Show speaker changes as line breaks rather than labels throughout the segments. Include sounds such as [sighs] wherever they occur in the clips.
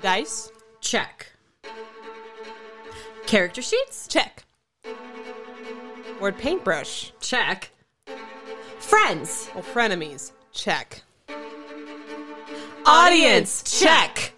Dice?
Check. Character sheets?
Check. Word paintbrush?
Check. Friends.
Well, frenemies? Check.
Audience. Check.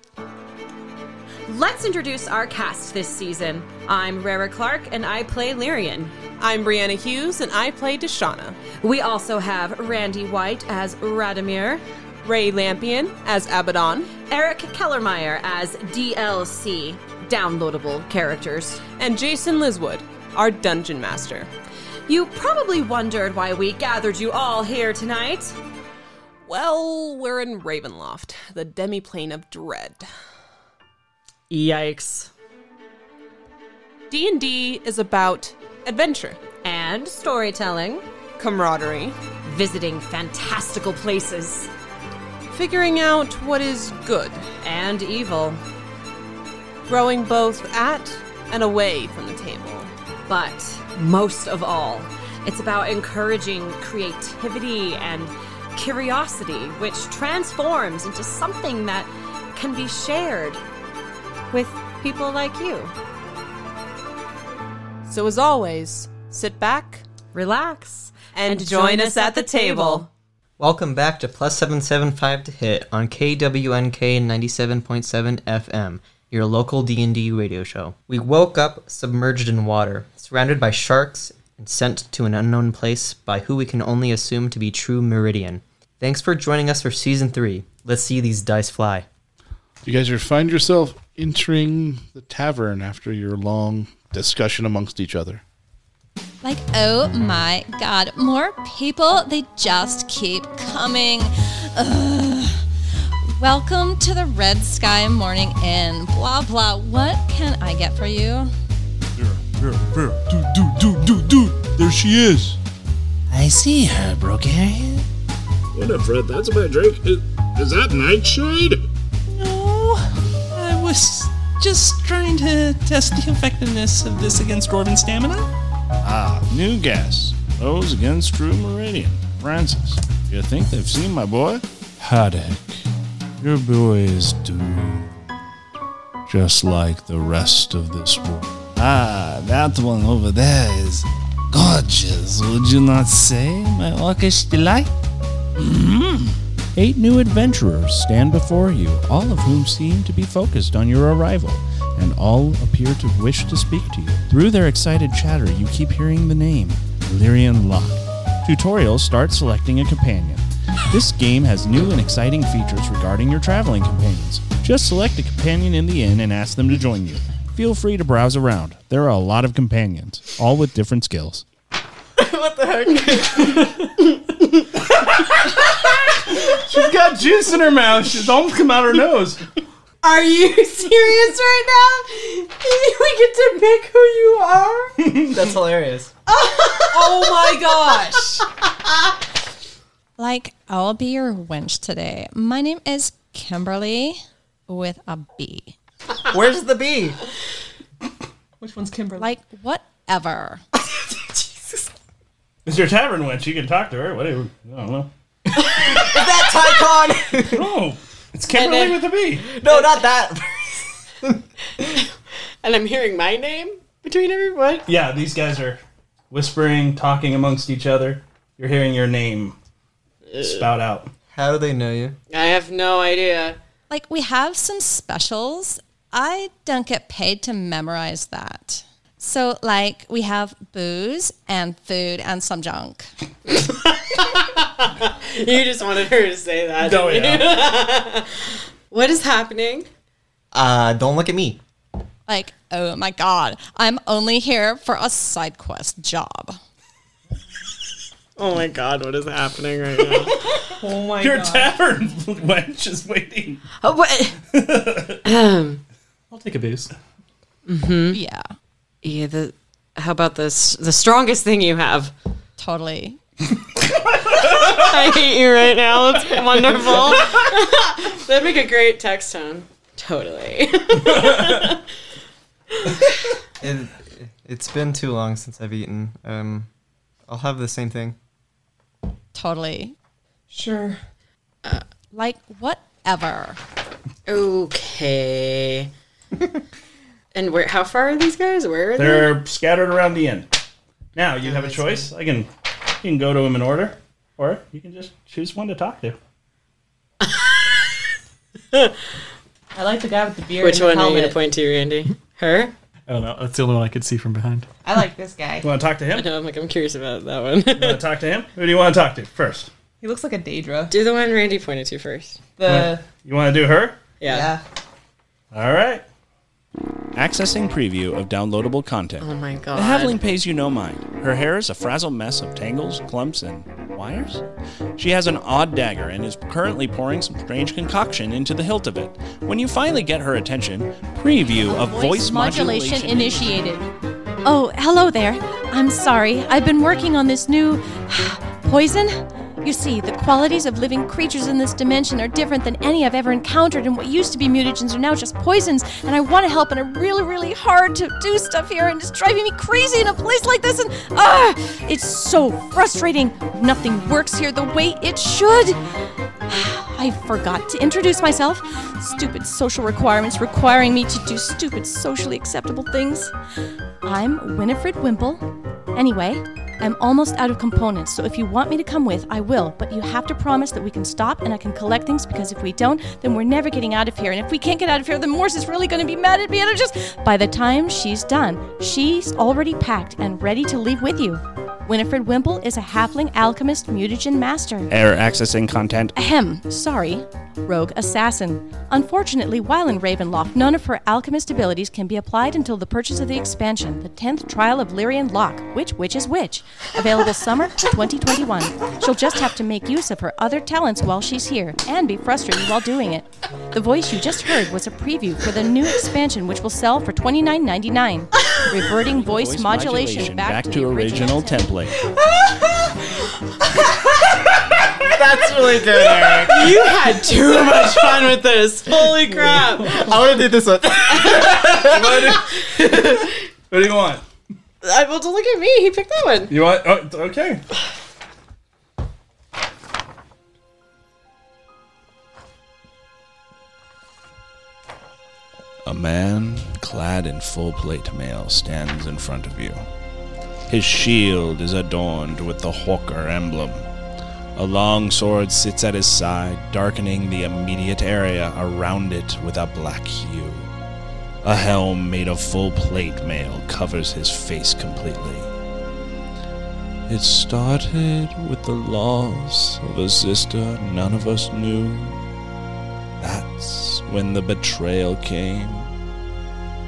Let's introduce our cast this season. I'm Rara Clark and I play Lyrian.
I'm Brianna Hughes and I play Deshauna.
We also have Randy White as Radomir,
Ray Lampion as Abaddon,
Eric Kellermeyer as DLC, downloadable characters.
and Jason Liswood, our dungeon master.
You probably wondered why we gathered you all here tonight.
Well, we're in Ravenloft, the demiplane of dread.
Yikes.
D&D is about adventure,
And storytelling,
camaraderie,
visiting fantastical places,
figuring out what is good,
and evil.
growing both at and away from the table.
But most of all, it's about encouraging creativity and curiosity, which transforms into something that can be shared with people like you.
So as always, sit back
Relax
and, join us at the table.
Welcome back to Plus 775 to Hit on KWNK 97.7 FM, your local D&D radio show. We woke up submerged in water, surrounded by sharks and sent to an unknown place by who we can only assume to be true Meridian. Thanks for joining us for season 3. Let's see these dice fly.
You guys are find yourself entering the tavern after your long discussion amongst each other.
Like, oh my god, more people, they just keep coming. Ugh. Welcome to the Red Sky Morning Inn. Blah, blah. What can I get for you?
Dude, dude, dude, dude, dude, there she is.
I see her, Brokarian.
What up, Fred? That's my drink. Is, is that nightshade?
No, Oh, I was just trying to test the effectiveness of this against Dwarven stamina.
Ah, new gas. Those against True Meridian. Francis, you think they've seen my boy?
Haddock, your boy is doomed. Just like the rest of this world.
Ah,
That one over there is gorgeous, would you not say, my orcish delight? Hmm. Eight new adventurers stand before you, all of whom seem to be focused on your arrival, and all appear to wish to speak to you. Through their excited chatter, you keep hearing the name Lyrian Locke. Tutorial Start Selecting a Companion. This game has new and exciting features regarding your traveling companions. Just select a companion in the inn and ask them to join you. Feel free to browse around. There are a lot of companions, all with different skills.
She's got juice in her mouth. She's almost come out her nose.
Are you
[laughs]
serious right now? You think we get to pick who you
[laughs]
are?
That's hilarious.
Oh my gosh.
Like, I'll be your wench today. My name is Kimberly with a B.
Where's the bee?
Which one's Kimberly?
Like,
[laughs]
whatever.
It's your tavern wench. You can talk to her. Whatever. I don't know.
That Tycon!
Oh, it's Kimberly
then-
with a B.
no, not that.
[laughs] And I'm hearing my name between everyone.
Yeah, these guys are whispering, talking amongst each other. You're hearing your name spout out.
How do they know you?
I have no idea.
Like, we have some specials. I don't get paid to memorize that. So, like, we have booze and food and some junk.
You just wanted her to say that.
Oh yeah.
[laughs] What is happening?
Uh, don't look at me.
Like, oh my God, I'm only here for a side quest job.
Oh my god, what is happening right now? [laughs]
oh my
your
gosh.
tavern [laughs] wench is waiting.
oh, what? Um,
I'll take a booze.
Yeah,
Yeah, the, how about this? The strongest thing you have.
totally.
[laughs] I hate you right now. That's
[laughs]
wonderful. That'd make a great text tone. Totally.
It, it's been too long since I've eaten. Um, I'll have the same thing.
[laughs] Totally.
Sure.
Like, whatever.
Okay. and where? How far are these guys? Where are they?
They're scattered around the inn. Now you have a choice. I can you can go to them in order, or you can just choose one to talk to.
[laughs] I like the guy with the beard.
Which
and the
one are you
helmet.
gonna point to, Randy? Her?
I don't know. That's the only one I could see from behind.
I like this guy.
You want to talk to him?
I know. I'm like, I'm curious about that one. you
want to talk to him? Who do you want to talk to first?
He looks like a Daedra.
Do the one Randy pointed to first.
The
You want to do her?
yeah.
All right.
Accessing preview of downloadable content.
[laughs] Oh my
[laughs]
god.
The Haveling pays you no mind. Her hair is a frazzled mess of tangles, clumps, and wires. She has an odd dagger and is currently pouring some strange concoction into the hilt of it. When you finally get her attention, preview of voice modulation.
initiated. Oh, hello there. I'm sorry. I've been working on this new [sighs] poison. You see, the qualities of living creatures in this dimension are different than any I've ever encountered, and what used to be mutagens are now just poisons. And I want to help, and I'm really, really hard to do stuff here, and it's driving me crazy in a place like this. And ah, it's so frustrating. Nothing works here the way it should. I forgot to introduce myself. Stupid social requirements requiring me to do stupid socially acceptable things. I'm Winifred Wimple. Anyway, I'm almost out of components, so if you want me to come with, I will, but you have to promise that we can stop and I can collect things because if we don't, then we're never getting out of here. And if we can't get out of here, then Morse is really going to be mad at me and I'm just. By the time she's done, she's already packed and ready to leave with you. Winifred Wimple is a halfling alchemist mutagen master.
Error
[laughs]
accessing content.
Ahem, sorry. Rogue Assassin. Unfortunately, while in Ravenloft, none of her alchemist abilities can be applied until the purchase of the expansion, the 10th trial of Lyrian Lock, Which Witch is Which. Available summer [laughs] 2021. She'll just have to make use of her other talents while she's here, and be frustrated while doing it. The voice you just heard was a preview for the new expansion, which will sell for $29.99. Reverting voice, modulation, back,
[laughs] back to original template.
That's really good, Eric.
[laughs] You had too much fun with this. Holy crap.
I want to do this one.
What do you want?
I, well, don't look at me. He picked that one.
You want? Oh, okay.
A man clad in full plate mail stands in front of you. His shield is adorned with the Hawker emblem. A long sword sits at his side, darkening the immediate area around it with a black hue. A helm made of full plate mail covers his face completely. It started with the loss of a sister none of us knew. That's when the betrayal came.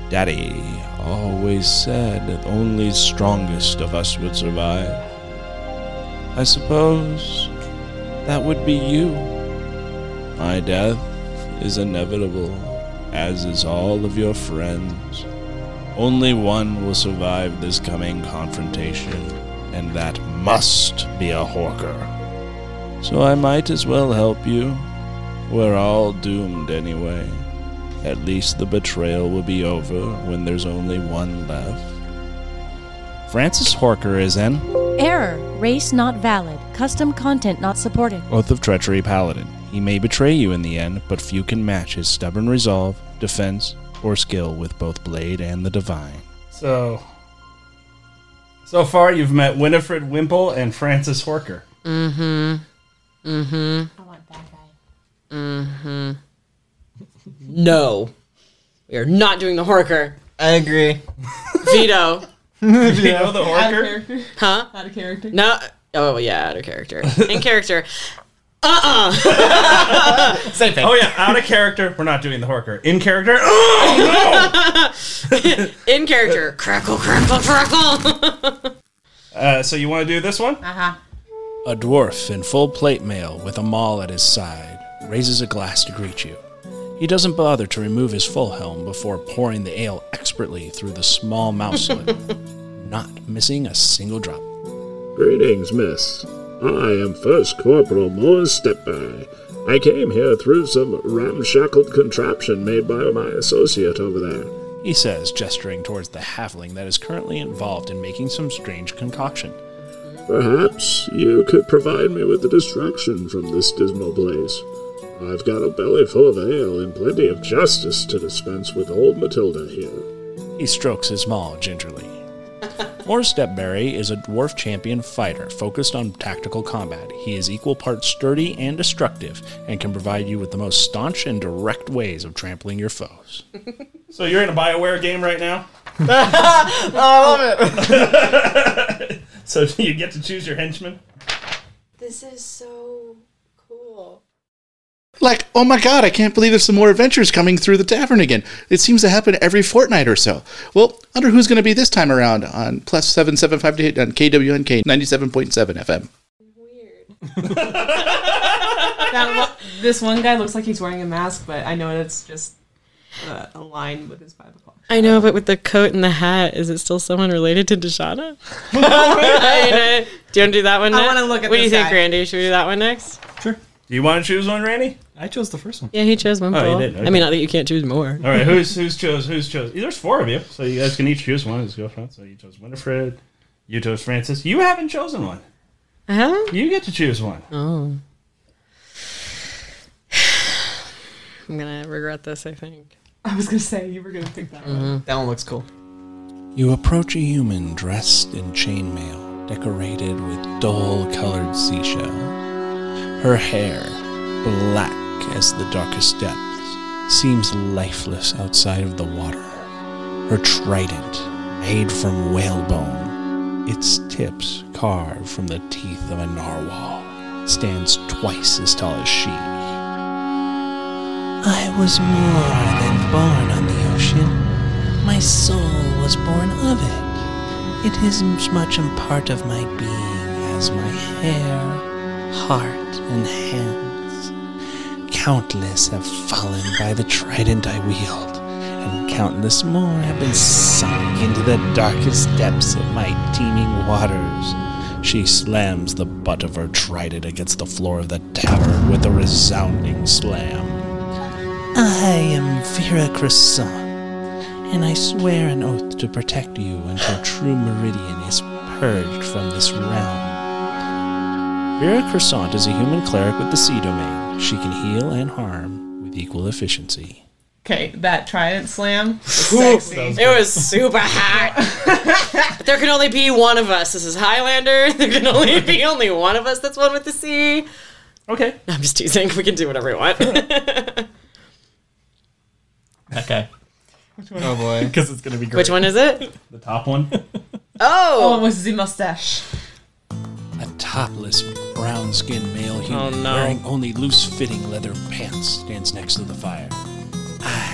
Daddy always said that only strongest of us would survive. I suppose that would be you. My death is inevitable, as is all of your friends. Only one will survive this coming confrontation, and that must be a Hawker. So I might as well help you. We're all doomed anyway. At least the betrayal will be over when there's only one left. Francis Horker is an
Error. Race not valid. Custom content not supported.
Oath of Treachery Paladin. He may betray you in the end, but few can match his stubborn resolve, defense, or skill with both Blade and the Divine.
So, so far you've met Winifred Wimple and Francis Horker.
Mm hmm. Mm hmm.
I want that guy.
Mm hmm. No. We are not doing the Horker.
I agree. [laughs]
Veto.
Veto the
Out of
Horker.
character.
Huh?
Out of character.
No. Oh, yeah, out of
[laughs]
character. In character. Uh uh
Same thing.
Oh yeah, out of character. We're not doing the Horker. In character. [gasps] Oh
In character. Crackle, crackle, crackle.
no. Uh, so you want to do this one?
Uh-huh.
A dwarf in full plate mail with a maul at his side raises a glass to greet you. He doesn't bother to remove his full helm before pouring the ale expertly through the small mouth slit, [laughs] not missing a single drop.
Greetings, miss. I am First Corporal Moore Stepby. I came here through some ramshackled contraption made by my associate over there.
he says, gesturing towards the halfling that is currently involved in making some strange concoction.
Perhaps you could provide me with a distraction from this dismal place. I've got a belly full of ale and plenty of justice to dispense with old Matilda here.
He strokes his maw gingerly. Moore Stepberry is a dwarf champion fighter focused on tactical combat. He is equal parts sturdy and destructive and can provide you with the most staunch and direct ways of trampling
[laughs]
your foes.
So you're in a Bioware game right now.
I love it.
So you get to choose your henchman.
This is so cool.
Like, oh my god, I can't believe there's some more adventures coming through the tavern again. It seems to happen every fortnight or so. Well, wonder who's going to be this time around on plus 775 to hit on KWNK 97.7 FM.
That lo- this one guy looks like he's wearing a mask, but I know it's just uh, a line with his [laughs] five o'clock.
I know, but with the coat and the hat, is it still someone related to Deshana? I mean, uh, do you want to do that one
I
next?
wanna look at
What do you
this
think,
guy.
Randy? Should we do that one next?
Do you want to choose one, Randy? I chose the first one.
Yeah, he chose one.
Oh, you
Paul.
did,
I mean,
okay.
not that you can't choose more.
All right, who's who's chose? Who's chose? There's four of you, so you guys can each choose one. Let's go front. So you chose Winifred, you chose Francis. You haven't chosen one.
I haven't.
You get to choose one.
Oh. [laughs] I'm gonna regret this. I think.
I was gonna say you were gonna pick that one.
Mm-hmm. That one looks cool.
You approach a human dressed in chainmail, decorated with dull colored seashells. Her hair, black as the darkest depths, seems lifeless outside of the water. Her trident, made from whalebone, its tips carved from the teeth of a narwhal, stands twice as tall as she. I was more than born on the ocean. My soul was born of it. It is as much a part of my being as my hair, heart, and hands. Countless have fallen by the trident I wield, and countless more have been sunk into the darkest depths of my teeming waters. She slams the butt of her trident against the floor of the tavern with a resounding slam. I am Vera Cresson, and I swear an oath to protect you until true meridian is purged from this realm. Vera Crescent is a human cleric with the sea domain. She can heal and harm with equal efficiency.
Okay, that trident [laughs] slam. was Sexy.
It was super
[laughs]
hot. But there can only be one of us. This is Highlander. [laughs] There can only be only one of us that's one with the sea.
Okay.
No, I'm just teasing. We can do whatever
[laughs]
we want.
Okay.
Which
Oh
[laughs]
boy. Because it's gonna be
Which one is it?
The top one.
Oh,
Oh,
it was the mustache.
A topless, brown skinned male human
Oh, no.
wearing only loose fitting leather pants stands next to the fire. I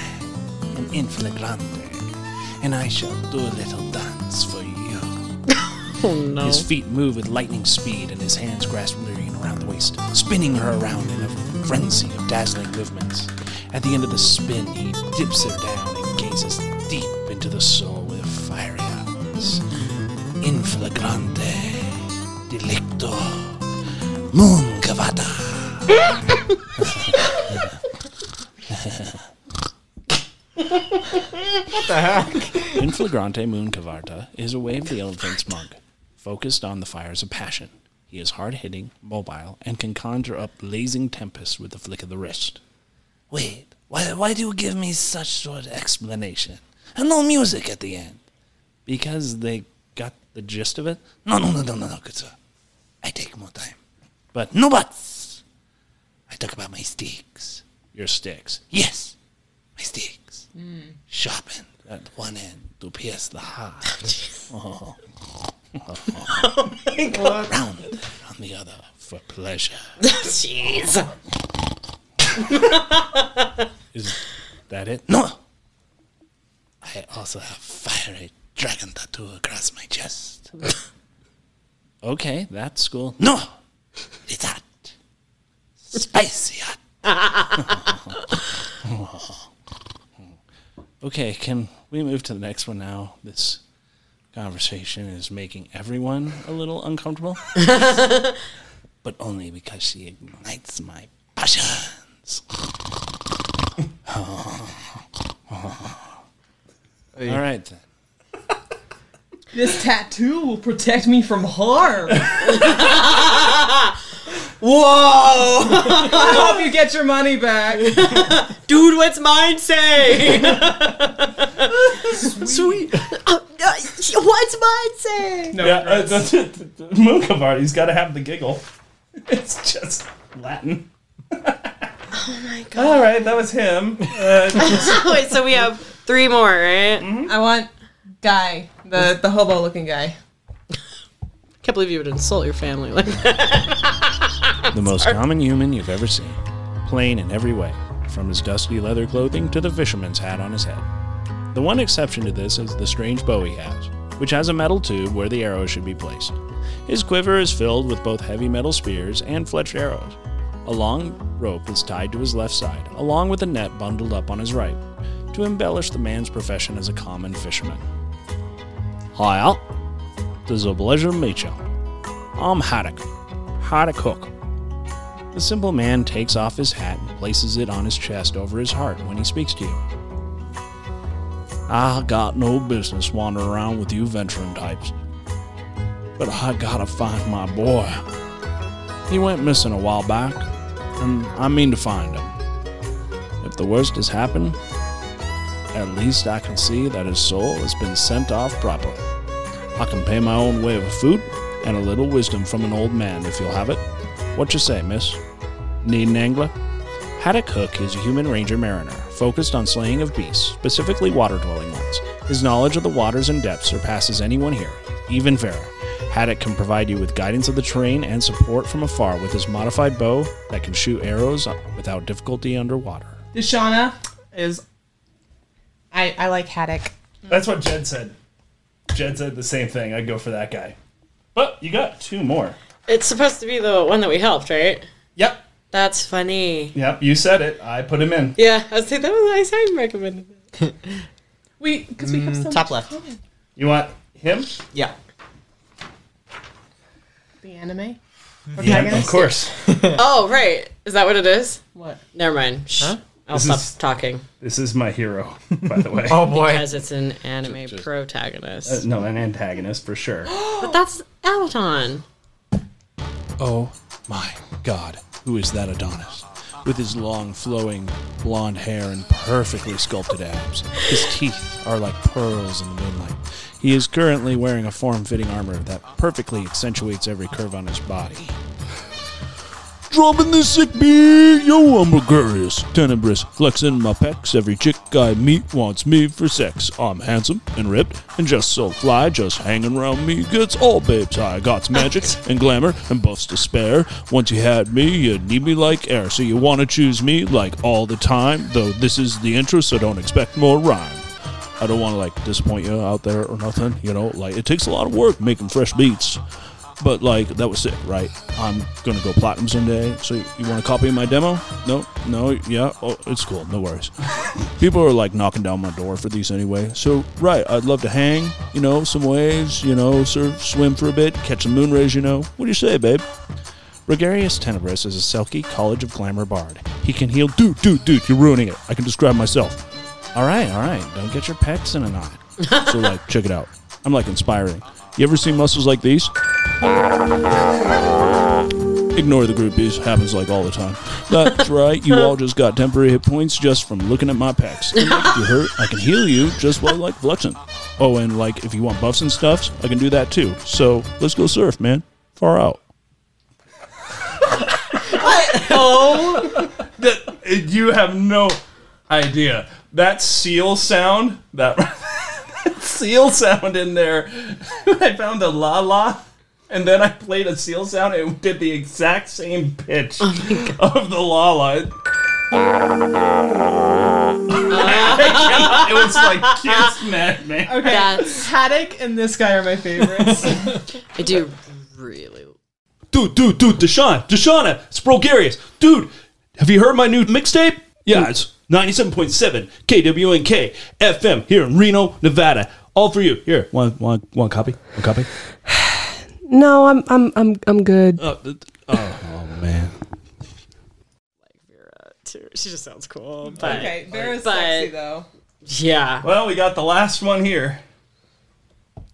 am in flagrante, and I shall do a little dance for you.
Oh, no.
His feet move with lightning speed, and his hands grasp Lyrian around the waist, spinning her around in a frenzy of dazzling movements. At the end of the spin, he dips her down and gazes deep into the soul with fiery eyes. In flagrante delicto, moon cavata. [laughs] In flagrante moon cavarta is a wave the elephant's monk, focused on the fires of passion. He is hard hitting, mobile, and can conjure up blazing tempests with the flick of the wrist. Wait, why, why do you give me such short explanation? And no music at the end. Because they got the gist of it? No, no, no, no, no, no, good sir. I take more time. But no buts! I talk about my sticks. Your sticks? Yes, my sticks. Sharpened at one end to pierce the heart. [laughs] oh. Rounded on the other for pleasure.
Jeez.
Is that it? No! I also have fiery dragon tattoo across my chest. okay, that's cool. No! It's hot. Spicy [laughs] hot. okay, can we move to the next one now? This conversation is making everyone a little [laughs] uncomfortable. but only because she ignites my passions. All right then.
This tattoo will protect me from harm.
[laughs] Whoa! I hope you get your money back. Dude, what's mine [laughs] say?
Sweet. Uh, uh, what's mine
[laughs]
say?
yeah, uh, that's it. [laughs] Moon Cavardi's got to have the giggle. [laughs] It's just Latin.
Oh my god.
All right, that was him.
[laughs]
Uh,
Wait, so we have three more, right?
I want guy, the the hobo looking guy.
Can't believe you would insult your family like that.
The most common human you've ever seen. Plain in every way, from his dusty leather clothing to the fisherman's hat on his head. The one exception to this is the strange bow he has, which has a metal tube where the arrow should be placed. His quiver is filled with both heavy metal spears and fletched arrows. A long rope is tied to his left side, along with a net bundled up on his right, to embellish the man's profession as a common fisherman. Hi, all. It is a pleasure to meet you. I'm Haddock. Haddock Hook. The simple man takes off his hat and places it on his chest over his heart when he speaks to you. I got no business wandering around with you veteran types. But I gotta find my boy. He went missing a while back, and I mean to find him. If the worst has happened, at least I can see that his soul has been sent off properly. I can pay my own way with food and a little wisdom from an old man if you'll have it. What you say, miss? Need an angler? Haddock Hook is a human ranger mariner, focused on slaying of beasts, specifically water dwelling ones. His knowledge of the waters and depths surpasses anyone here, even Vera. Haddock can provide you with guidance of the terrain and support from afar with his modified bow that can shoot arrows without difficulty underwater.
Deshana is. I I like Haddock.
That's what Jed said. Jed said the same thing. I'd go for that guy. But you got two more.
It's supposed to be the one that we helped, right?
Yep.
That's funny.
Yep, you said it. I put him in.
Yeah, I was like, that was nice. I recommended that.
We because we have so
Mm,
much
top left.
common.
You want him?
Yeah.
The anime.
of course.
[laughs] oh, right. Is that what it is?
What?
Never mind. Shh. I'll
This
stop
is- [laughs]
talking.
This is my hero, [laughs] by the
[laughs] Oh.
way.
Because it's an anime protagonist.
Uh, no, an antagonist for sure.
But that's Alaton.
[gasps] Oh my god, who is that Adonis? With his long, flowing blonde hair and perfectly sculpted abs. His teeth are like pearls in the moonlight. He is currently wearing a form fitting armor that perfectly accentuates every curve on his body. Drumming the sick beat, yo, I'm gregarious, tenebrous, flexing my pecs. Every chick I meet wants me for sex. I'm handsome and ripped and just so fly, just hanging around me gets all babes high. Got magic and glamour and buffs to spare. Once you had me, you need me like air, so you want to choose me like all the time. Though this is the intro, so don't expect more rhyme. I don't want to like disappoint you out there or nothing. You know, like it takes a lot of work making fresh beats. But like that was sick, right? I'm gonna go platinum someday. So you, you want a copy of my demo? No, no, yeah, oh, it's cool. No worries. People are like knocking down my door for these anyway. So right, I'd love to hang. You know, some waves. You know, surf, swim for a bit, catch some moon rays. You know, what do you say, babe? Gregarious Tenebris is a Selkie College of Glamour bard. He can heal. Dude, dude, dude, you're ruining it. I can describe myself. All right, all right. Don't get your pecs in a knot. so, like, check it out. I'm, like, inspiring. You ever see muscles like these? Ignore the groupies. Happens, like, all the time. That's right. You all just got temporary hit points just from looking at my pecs. And if you hurt, I can heal you just while, like, flexing. Oh, and, like, if you want buffs and stuffs, I can do that, too. So, let's go surf, man. Far out.
oh, you have no idea that seal sound that [laughs] seal sound in there. [laughs] I found a la la, and then I played a seal sound and it did the exact same pitch of the la la. It- I cannot- [laughs] it was like kiss madman.
Okay, Haddock and this guy are my
[laughs]
favorites.
I do really.
Dude, dude, dude, Deshaun, Deshauna, it's Bulgarius. Dude, have you heard my new mixtape? Yeah, it's 97.7 KWNK FM here in Reno, Nevada. All for you. Here, one, one, one copy. One copy.
No, I'm I'm I'm I'm good.
Oh, th- oh, oh man.
She just sounds cool. But,
okay, Vera's
but-
sexy though.
Yeah.
Well, we got the last one here.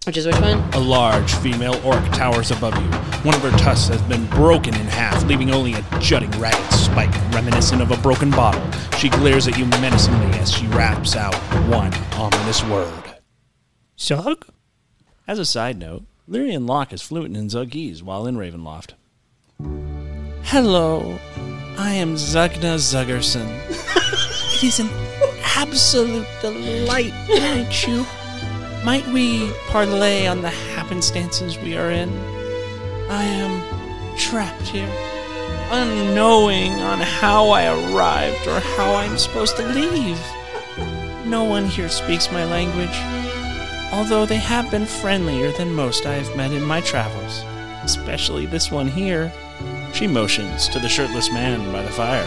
Which is which one?
A large female orc towers above you. One of her tusks has been broken in half, leaving only a jutting ragged spike reminiscent of a broken bottle. She glares at you menacingly as she raps out one ominous word. Zug? As a side note, Lyrian Locke is fluent in Zugese while in Ravenloft. Hello, I am Zugna Zuggerson. it is an absolute delight to meet you. Might we parlay on the happenstances we are in? I am trapped here, unknowing on how I arrived or how I'm supposed to leave. No one here speaks my language, although they have been friendlier than most I have met in my travels, especially this one here. She motions to the shirtless man by the fire.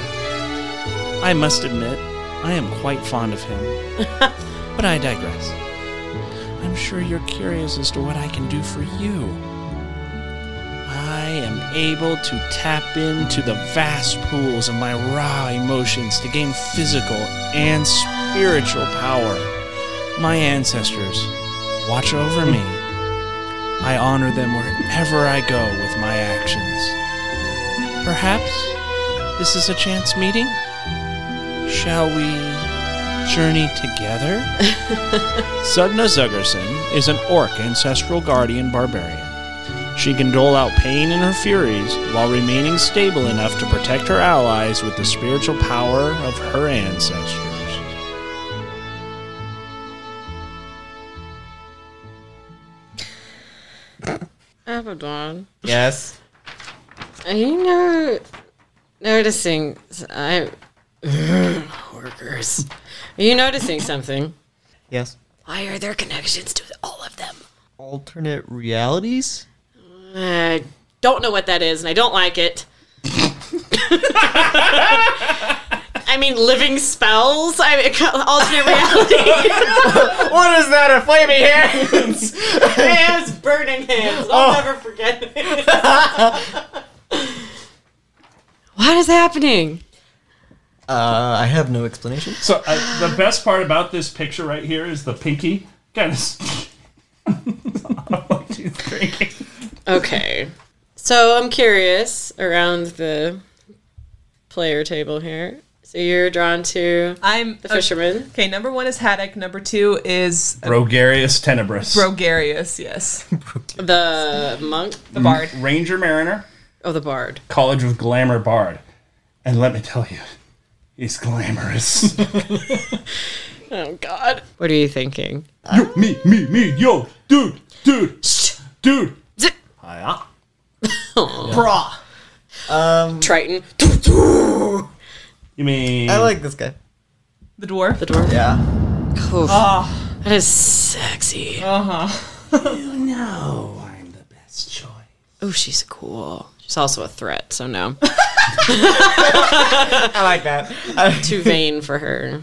I must admit, I am quite fond of him. but I digress. I'm sure you're curious as to what I can do for you. I am able to tap into the vast pools of my raw emotions to gain physical and spiritual power. My ancestors watch over me. I honor them wherever I go with my actions. Perhaps this is a chance meeting? Shall we journey together? Sugna Zuggerson is an orc ancestral guardian barbarian. She can dole out pain in her furies while remaining stable enough to protect her allies with the spiritual power of her ancestors.
Abaddon.
Yes.
Are you no- noticing? I [laughs] workers. Are you noticing something?
Yes.
Why are there connections to all of them?
Alternate realities?
I don't know what that is, and I don't like it. I mean, living spells. I mean, [laughs] alternate reality.
what is that? A flaming
hands. hands, burning hands. I'll never forget it. what is happening?
Uh, I have no explanation.
So uh, the best part about this picture right here is the pinky kind
[laughs]
of.
[laughs] Okay. So I'm curious around the player table here. So you're drawn to
I'm
the fisherman.
Okay, number one is Haddock. Number two is
Brogarius Tenebris.
Brogarius.
[laughs]
Yes,
the monk,
the bard.
Mm, Ranger Mariner.
Oh, the bard.
College of Glamour Bard. And let me tell you, he's
[laughs]
glamorous.
Oh God. What are you thinking?
Yo, me, me, me, yo, dude, dude, dude.
[laughs]
Hiya.
Brah.
Um,
[laughs]
Triton.
You mean
I like this guy.
The dwarf.
The dwarf.
Yeah.
Oh.
That is sexy.
Uh huh. [laughs]
You know I'm the best choice.
Oh, she's cool. She's also a threat,
[laughs]
so no.
I like that.
[laughs] Too vain for her.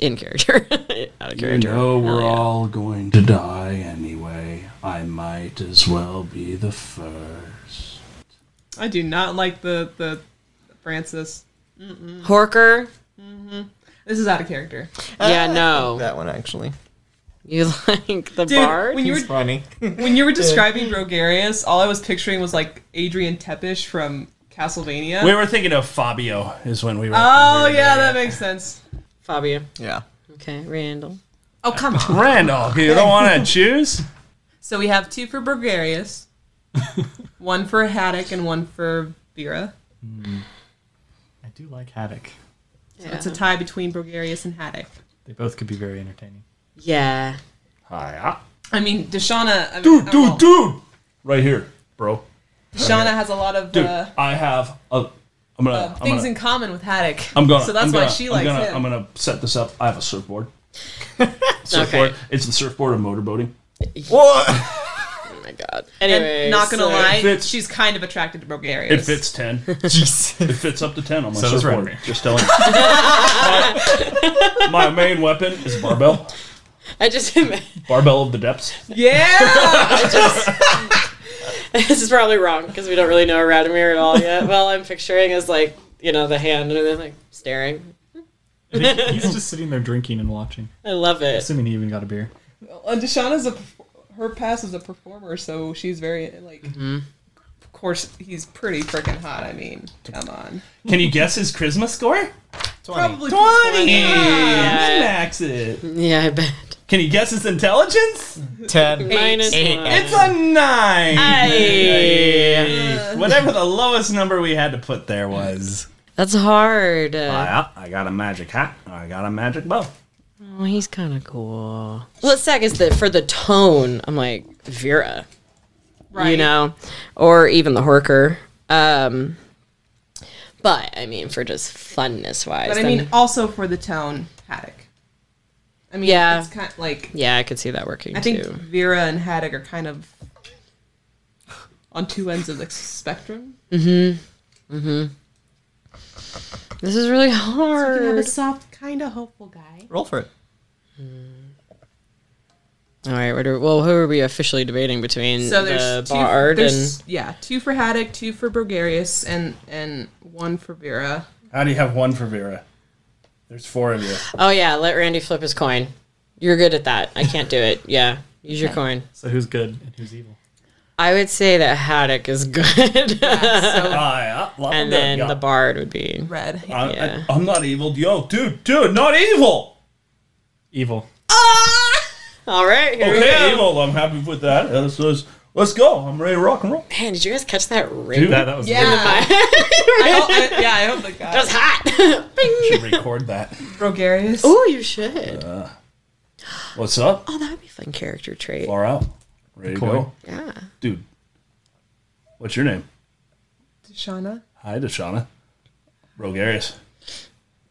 In character. [laughs] Out of
You
character.
know we're all going to die anyway. I might as well be the first.
I do not like the the Francis. Mm-mm.
Horker.
hmm This is out of character.
[laughs]
Uh,
Yeah, no.
That one actually.
You like the
Dude,
bard? [laughs]
when you were
[laughs]
when you were describing Rogarius, all I was picturing was like Adrian Tepish from Castlevania.
We were thinking of Fabio is when we were.
Oh yeah, that makes sense.
Fabio.
Yeah.
Okay, Randall.
Oh come on.
Randolph, you don't
[laughs]
want to choose?
So we have two
[laughs]
for Burgarius, one for Haddock, and one for Vera.
Hmm. I do like Haddock.
So it's a tie between Burgarius and Haddock.
They both could be very entertaining.
Yeah.
Hiya.
I mean, Deshauna. I mean,
Dude,
I
dude,
don't know.
dude! Right here, bro.
Deshauna has a lot of
Dude,
uh,
I have a. I'm gonna. I'm
things
gonna,
in common with Haddock.
I'm gonna.
So that's
I'm
why
gonna,
she
I'm
likes
gonna,
him.
I'm gonna set this up. I have a
[laughs]
surfboard. surfboard. It's the surfboard of motorboating.
What?
oh my god.
and not gonna
so-
lie,
If it's-
she's kind of attracted to Burgarius.
It fits
[laughs]
ten. Jeez. It fits up to ten on my
So does
surfboard.
Remy.
Just telling. you. my, my main weapon is barbell.
I just [laughs] imagine.
Barbell of the depths.
[laughs]
Yeah.
this is probably wrong because we don't really know Radomir at all yet. well, I'm picturing is like you know the hand and then like staring. [laughs]
I think he's just sitting there drinking and watching.
I love it.
Assuming he even got a beer.
And Deshauna's a her past as a performer, so she's very like. Of course, he's pretty freaking hot. I mean, come on.
Can you guess his charisma score? 20!
Probably Yeah.
Min max it.
Yeah, I bet.
Can you guess his intelligence?
10.
Minus Eight. one.
It's a 9.
Aye.
Aye. Whatever the lowest number we had to put there was.
That's hard.
I, I got a magic hat. I got a magic bow.
Oh, he's kind of cool. Well, it's is that for the tone, I'm like Vera, You
Right.
know, or even the Horker. Um, but I mean, for just funness wise,
But I mean, also for the tone, Haddock. I mean,
Yeah.
it's kind of like
yeah, I could see that working
I think
too.
Vera and Haddock are kind of on two ends of the spectrum.
Mm-hmm. Mm-hmm. This is [laughs] really
So
hard.
you can have a soft, kind of hopeful guy.
Roll for it.
All right, what are, well, who are we officially debating between
So
Mm, the
there's two.
Bard
there's,
and
yeah, two for Haddock, two for Burgarius, and and one for Vera.
How do you have one for Vera? There's four of you.
Oh yeah, let Randy flip his coin. You're good at that. I can't do it. [laughs] Yeah, use your
Yeah.
coin.
So who's good and who's evil?
I would say that Haddock is good. [laughs]
Ah, yeah, love
and
good,
then
yeah.
the Bard would be
red.
I,
Yeah.
I, am not evil. Yo, dude, dude, not evil.
Evil.
Ah! All right, here we
Okay,
go.
evil. I'm happy with that. Let's, let's, let's go. I'm ready to rock and roll.
Man, did you guys catch that ring?
Dude, that- that was- Yeah.
In the [laughs] mic?
I hope, I, yeah, I hope the guy.
That was hot.
should record that. Uh,
Burgarius.
Oh, you should.
What's up?
Oh, that would be fun character trait.
Far out. Ready to
Cool.
go.
Yeah.
Dude, what's your name?
Shauna.
Hi, Deshana. Rogarius.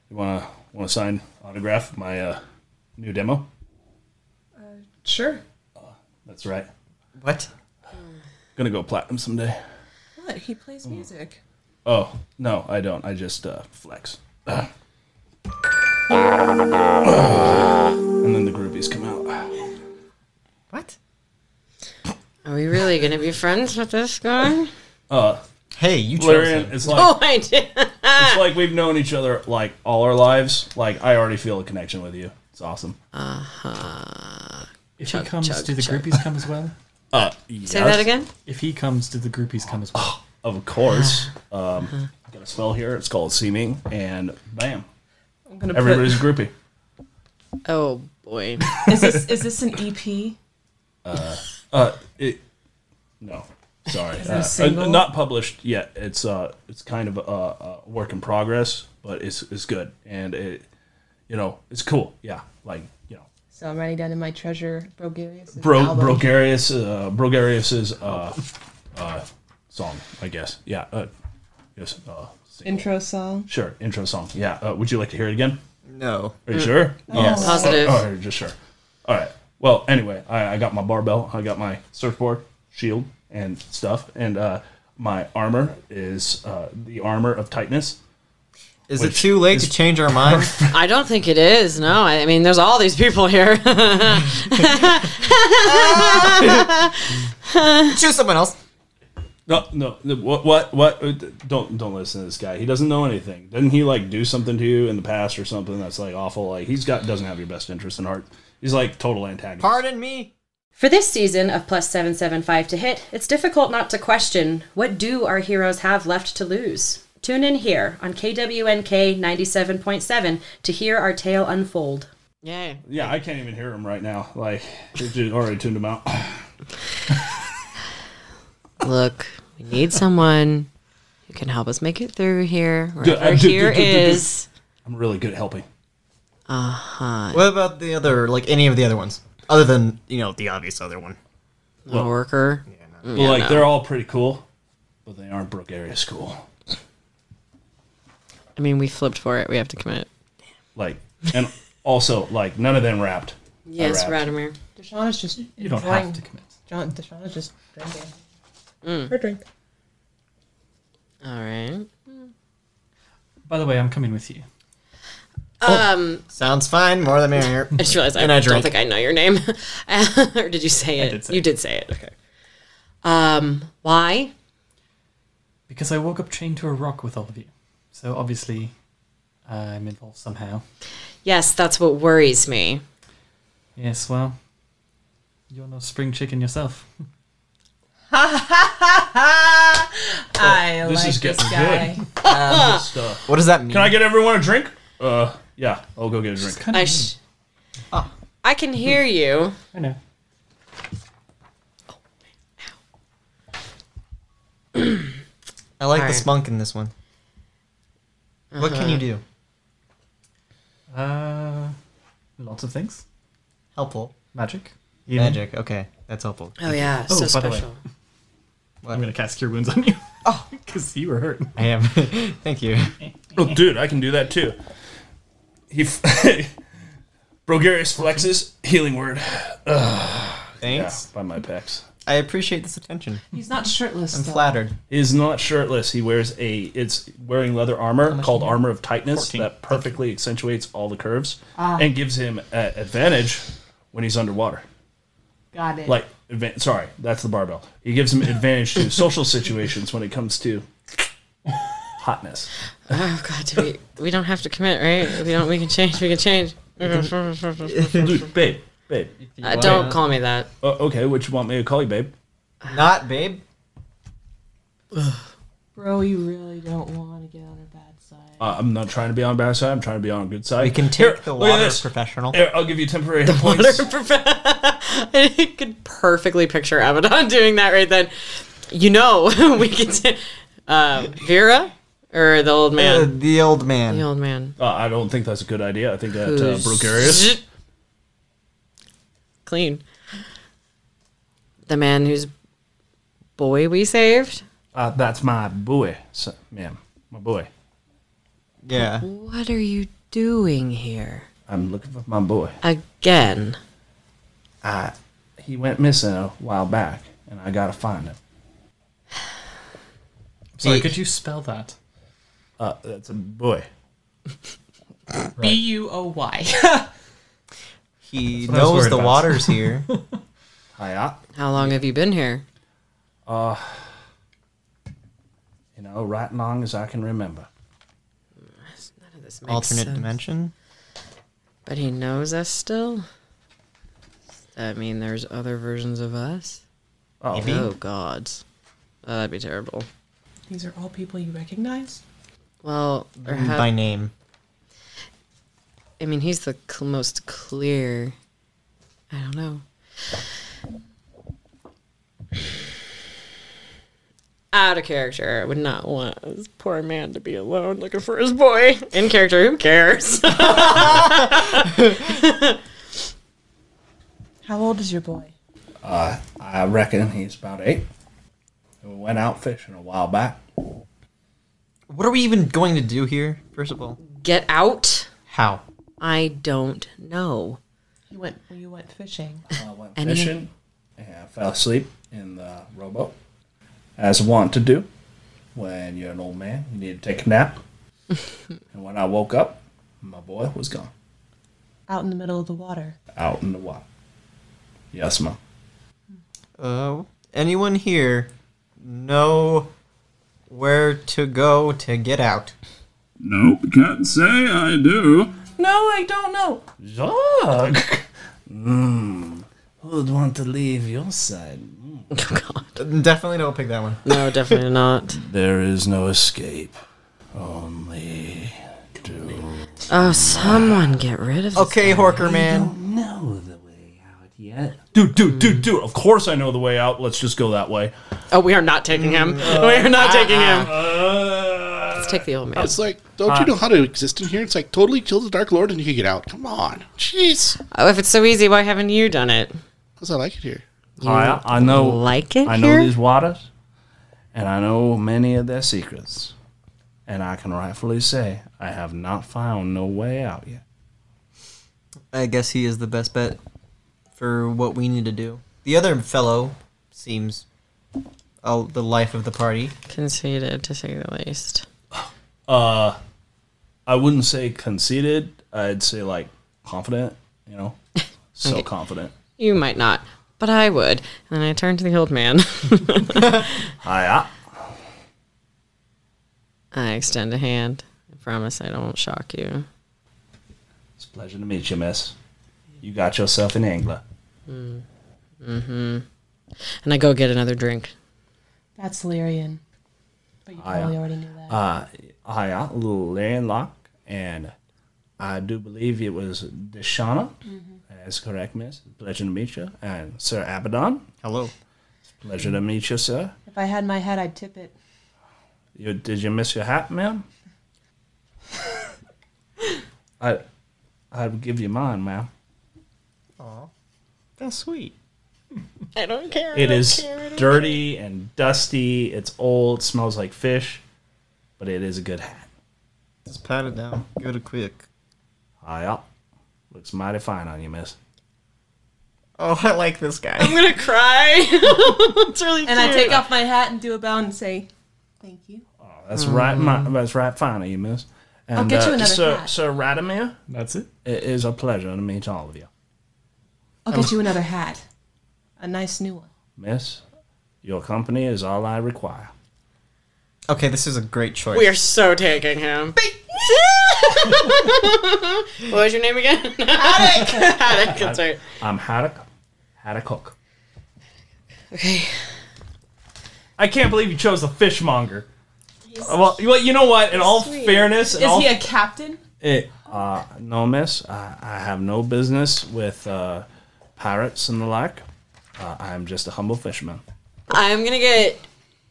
You wanna wanna sign autograph my uh, new demo?
Uh, Sure.
Uh, That's right.
What?
Gonna go platinum someday.
What? He plays music.
Oh no, I don't. I just uh, flex. and then the groupies come out.
Are we really gonna be friends with this guy?
Uh,
hey, you
chose him. [laughs]
It's like
Oh, I did.
it's like we've known each other like all our lives. Like I already feel a connection with you. It's awesome.
Uh-huh.
If
Chug,
he comes,
chug,
do the
chug.
groupies come as well?
Uh,
Say that again?
If he comes, do the groupies come as well?
[gasps] Of
[sighs]
course.
Uh-huh.
Um, got a spell here. It's called seeming, and bam,
I'm gonna put-
everybody's a groupie.
Oh boy.
Is this is this an E EP?
Uh, uh, it, no, [laughs] sorry,
Is it a
uh,
single?
uh, not published yet. It's uh, it's kind of a, a work in progress, but it's it's good and it, you know, it's cool. Yeah, like you know,
So I'm writing down in my treasure Burgarius.
Bro Brogarius uh, Brogarius's uh, uh, song, I guess. Yeah, uh, yes, uh, single.
intro song.
sure, intro song. Yeah, uh, would you like to hear it again?
No.
Are you sure?
Yes.
Oh,
Positive.
Oh, oh, just sure. All right. Well, anyway, I, I got my barbell, I got my surfboard, shield, and stuff, and uh, my armor is uh, the armor of tightness.
Is it too late to change our mind?
I don't think it is. No, I I mean, there's all these people
[laughs]
here. [laughs] Ah! [laughs]
Choose someone else.
No, no. the- What? What? What? uh, Don't don't listen to this guy. He doesn't know anything. Didn't he like do something to you in the past or something that's like awful? Like he's got doesn't have your best interest in heart. He's like total antagonist.
Pardon me.
For this season of plus 775 to hit, it's difficult not to question what do our heroes have left to lose? Tune in here on KWNK 97.7 to hear our tale unfold.
Yay.
Yeah, I can't even hear him right now. Like, you already tuned him out.
Look, we need someone who can help us make it through here.
[laughs] Dude, I-
Wherever
uh, dude, dude,
here
dude, dude, dude.
is.
I'm really good at helping.
Uh huh.
What about the other, like any of the other ones? Other than, you know, the obvious other one.
A worker.
Mm.
Well,
Yeah,
like
no.
they're all pretty cool, but they aren't Brook area school.
I mean, we flipped for it. We have to commit.
Like, and also like none of them rapped. I
Yes,
rapped.
Radomir.
Deshaun's just
You don't
enjoying-
have to
commit. John Deshaun's just drinking.
Mm.
Her drink.
[laughs] All right.
By the way, I'm coming with you.
oh.
Um,
Sounds fine. More the merrier.
[laughs] I just realized I,
And I
don't
drink.
think I know your name. [laughs] or did you say it? you did say it. Okay. Um, why?
Because I woke up chained to a rock with all of you. So obviously, I'm involved somehow.
Yes, that's what worries me.
Yes, well, You're no spring chicken yourself.
I
this
like
is
this
getting
guy. Um,
good.
[laughs]
What does that mean?
Can I get everyone a drink? Uh, yeah, I'll go get a drink.
I, sh- I can hear you.
I know.
I like the
Alright.
spunk in this one. What can you
Uh-huh.
do?
Uh, lots of things.
Helpful.
Magic.
Magic. Okay, that's helpful.
Oh, yeah, so
by the way.
special. I'm gonna cast Cure Wounds on you. [laughs] Oh, because you were hurt.
I
[laughs]
am. [laughs] Thank you.
Oh, dude, I can do that too. He, f- [laughs] Brogarius flexes healing word. Ugh.
Thanks.
Yeah, by my pecs.
I appreciate this attention.
[laughs] He's not shirtless.
I'm
though.
flattered.
He is not shirtless. He wears a. It's wearing leather armor called Armor of Tightness
14.
that perfectly accentuates all the curves
Ah.
and gives him uh, advantage when he's underwater.
Got it.
Like, advan- sorry, that's the barbell. He gives him advantage to social situations when it comes to hotness.
Oh god, do we we don't have to commit, right? We don't. We can change. We can change.
Dude, babe, babe.
Uh, don't call me that.
Uh, okay, what you want me to call you, babe?
Not babe.
Bro, you really don't want to get on her bad side.
Uh, I'm not trying to be on bad side. I'm trying to be on a good side.
We can
Here,
take the
look at
water
this.
professional.
Here, I'll give you temporary hit points.
[laughs] I could perfectly picture Abaddon [laughs] doing that right then. You know, [laughs] we could. T- uh, Vera or the old man.
the old man.
The old man.
Uh, I don't think that's a good idea. I think that uh,
Who's-
Brogarius.
Clean. The man whose boy we saved.
Uh, that's my boy, so, ma'am. My boy.
Yeah.
What are you doing here?
I'm looking for my boy.
Again.
I, he went missing a while back, and I gotta find him.
Sorry, could you spell that?
Uh, that's a boy.
B U O Y.
[laughs]
He
That's what I was worried
knows the
about. [laughs]
waters here.
Hiya.
How long have you been here?
Uh, you know, right and long as I can
[laughs]
remember.
None of this makes
Alternate
sense.
dimension.
But he knows us still? Does that mean there's other versions of us?
Oh,
Maybe.
oh gods. Oh, that'd be terrible.
These are all people you recognize?
Well, there
Mm,
ha-
by name.
I mean, he's the cl- most clear. I don't know. Out of character. I would not want this poor man to be alone looking for his boy. In character, who cares? [laughs]
How old is your boy?
Uh, I reckon he's about eight. We went out fishing a while back.
What are we even going to do here? First of all,
Get out?
how?
I don't know.
You went you went fishing.
Uh, went Fishing, and I fell asleep in the rowboat. As wont to do when you're an old man, you need to take a
[laughs]
nap. and when I woke up, my boy was gone
Out in the middle of the water.
out in the wild. Yes, ma'am.
Uh, anyone here know where to go to get out?
Nope, can't say I do.
No, I don't know.
Jacques!
Mm. Who'd want to leave your
[laughs]
side?
Definitely don't pick that one.
No,
[laughs]
definitely not.
There is no escape. Only.
Oh, someone get rid of this.
Okay,
guy.
Horker man.
[laughs]
No, the way out yet.
Dude, dude, dude, dude. Of course I know the way out. Let's just go that way.
Mm.
Mm. Uh,
Oh, we are not taking him. [laughs] we are
Ah,
not taking him. Let's take the old man.
It's like, don't you know how to exist in here? It's like totally kill the Dark Lord and you can get out. Come on. Jeez.
Oh, if it's so easy, why haven't you done it?
Because I like it here.
You
I, I know.
Like it
I know
here?
these waters, and I know many of their secrets. And I can rightfully say I have not found no way out yet.
I guess he is the best bet for what we need to do. The other fellow seems uh, the life of the party.
Conceited, to say the least.
Uh, I wouldn't say conceited. I'd say like confident. You
[laughs]
know, so
Okay.
confident.
You might not, but I would. And then I turned to the old man.
[laughs] Hiya.
I extend a hand. I promise I don't shock you.
It's a pleasure to meet you, miss. You got yourself an angler.
Mm. Mm-hmm. And I go get another drink.
That's Lyrian. But you probably already knew that.
Uh, hi, I'm Lillian Locke, and I do believe it was Deshana.
Mm-hmm.
That's correct, miss. Pleasure to meet you. And Sir Abaddon. Hello. It's a pleasure to meet you, sir.
If I had my head, I'd tip it.
You, did you miss your hat,
[laughs]
ma'am? I, I'll give you mine, ma'am.
Aw. That's sweet.
I don't care.
It is dirty and dusty. It's old. Smells like fish, but it is a good hat.
Just pat it down. Give it a quick.
Hi up. Ah, Looks mighty fine on you, miss.
Oh, I like this guy.
I'm gonna cry. [laughs] it's really
And I
cute.
take off my hat and do a bow and say, "Thank you."
Oh, That's right. My, that's right fine on you, miss. And,
Mm. I'll get you another
Sir,
hat.
Sir Radomir. That's it. It is a pleasure to meet all of you,
I'll
Um,
get you another hat, a nice new one.
miss. Your company is all I require.
Okay, this is a great choice.
We are so taking him. [laughs] what was your name again? Haddock. [laughs] Haddock. That's right.
I'm Haddock. Haddock Hook.
Okay.
I can't believe you chose the fishmonger. Well, you- well, you know what? In all fairness,
is
in all
he a captain?
It, uh, no, miss. I, I have no business with uh, pirates and the like. Uh, I'm just a humble fisherman.
I'm gonna get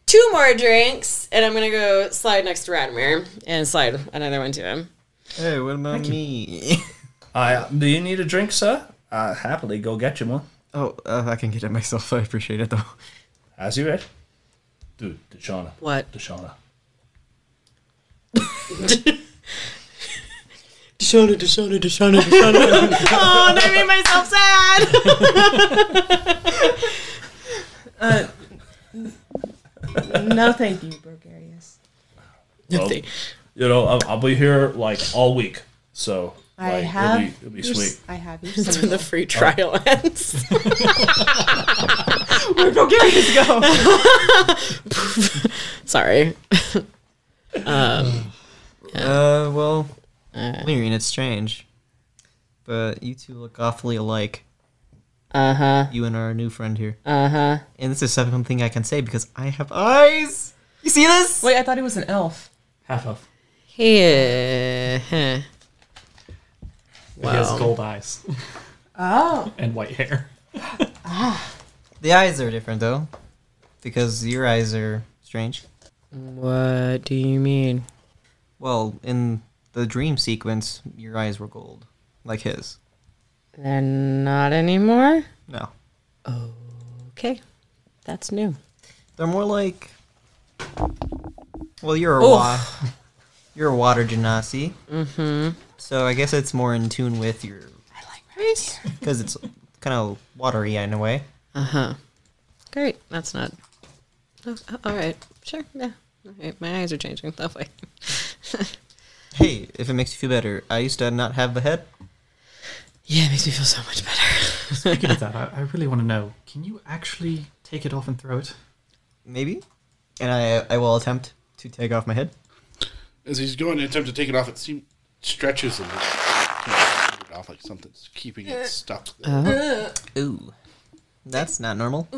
two more drinks, and I'm gonna go slide next to Radomir and slide another one to him.
Hey, what about me?
[laughs] I, do you need a drink, sir? I happily go get you one.
Oh, uh, I can get it myself. [laughs] I appreciate it, though.
As you wish. Dude, Deshauna.
What?
[laughs]
Deshauna.
Deshauna, Deshauna, Deshauna, Deshauna. [laughs] [laughs] oh, and I made myself [laughs] sad.
Uh, n-
Uh,
no, thank you, Burgarius.
Well, you know, I'll, I'll be here like all week, so
I
like, It'll
have
be, it'll be
your s-
sweet.
I
[laughs]
have your
That's when
signal.
the free trial ends. [laughs]
Where'd Burgarius
go? [laughs] Sorry. [laughs] um,
Uh, well, Lyrian, it's strange, but you two look awfully alike.
Uh huh.
You and our new friend here.
Uh huh.
And this is something I can say because I have eyes. You see this?
Wait, I thought he was an elf.
Half elf.
yeah. huh.
He has
Wow.
gold eyes
Oh,
and white hair.
The eyes are different though, because your eyes are strange.
What do you mean?
Well, in the dream sequence, your eyes were gold, like his.
They're not anymore?
No.
Okay. That's new.
They're more like. Well, you're a
Oof.
wa- you're a water genasi.
Mhm.
So I guess it's more in tune with your. Mm-hmm. I like because it's kind of watery in a way.
Uh
Uh-huh.
huh. Great. That's not. Oh, oh, all right. Sure. Yeah. All right. My eyes are changing that way.
Hey, if it makes you feel better, I used to not have a head.
[laughs] Yeah, it makes me feel so much better.
Speaking of that, I, I really want to know: Can you actually take it off and throw it?
Maybe. And I I will attempt to take off my head.
As he's going to attempt to take it off, it seems stretches a little. Can't get it off like something's keeping it stuck.
Uh-huh.
Oh. Ooh. That's not normal.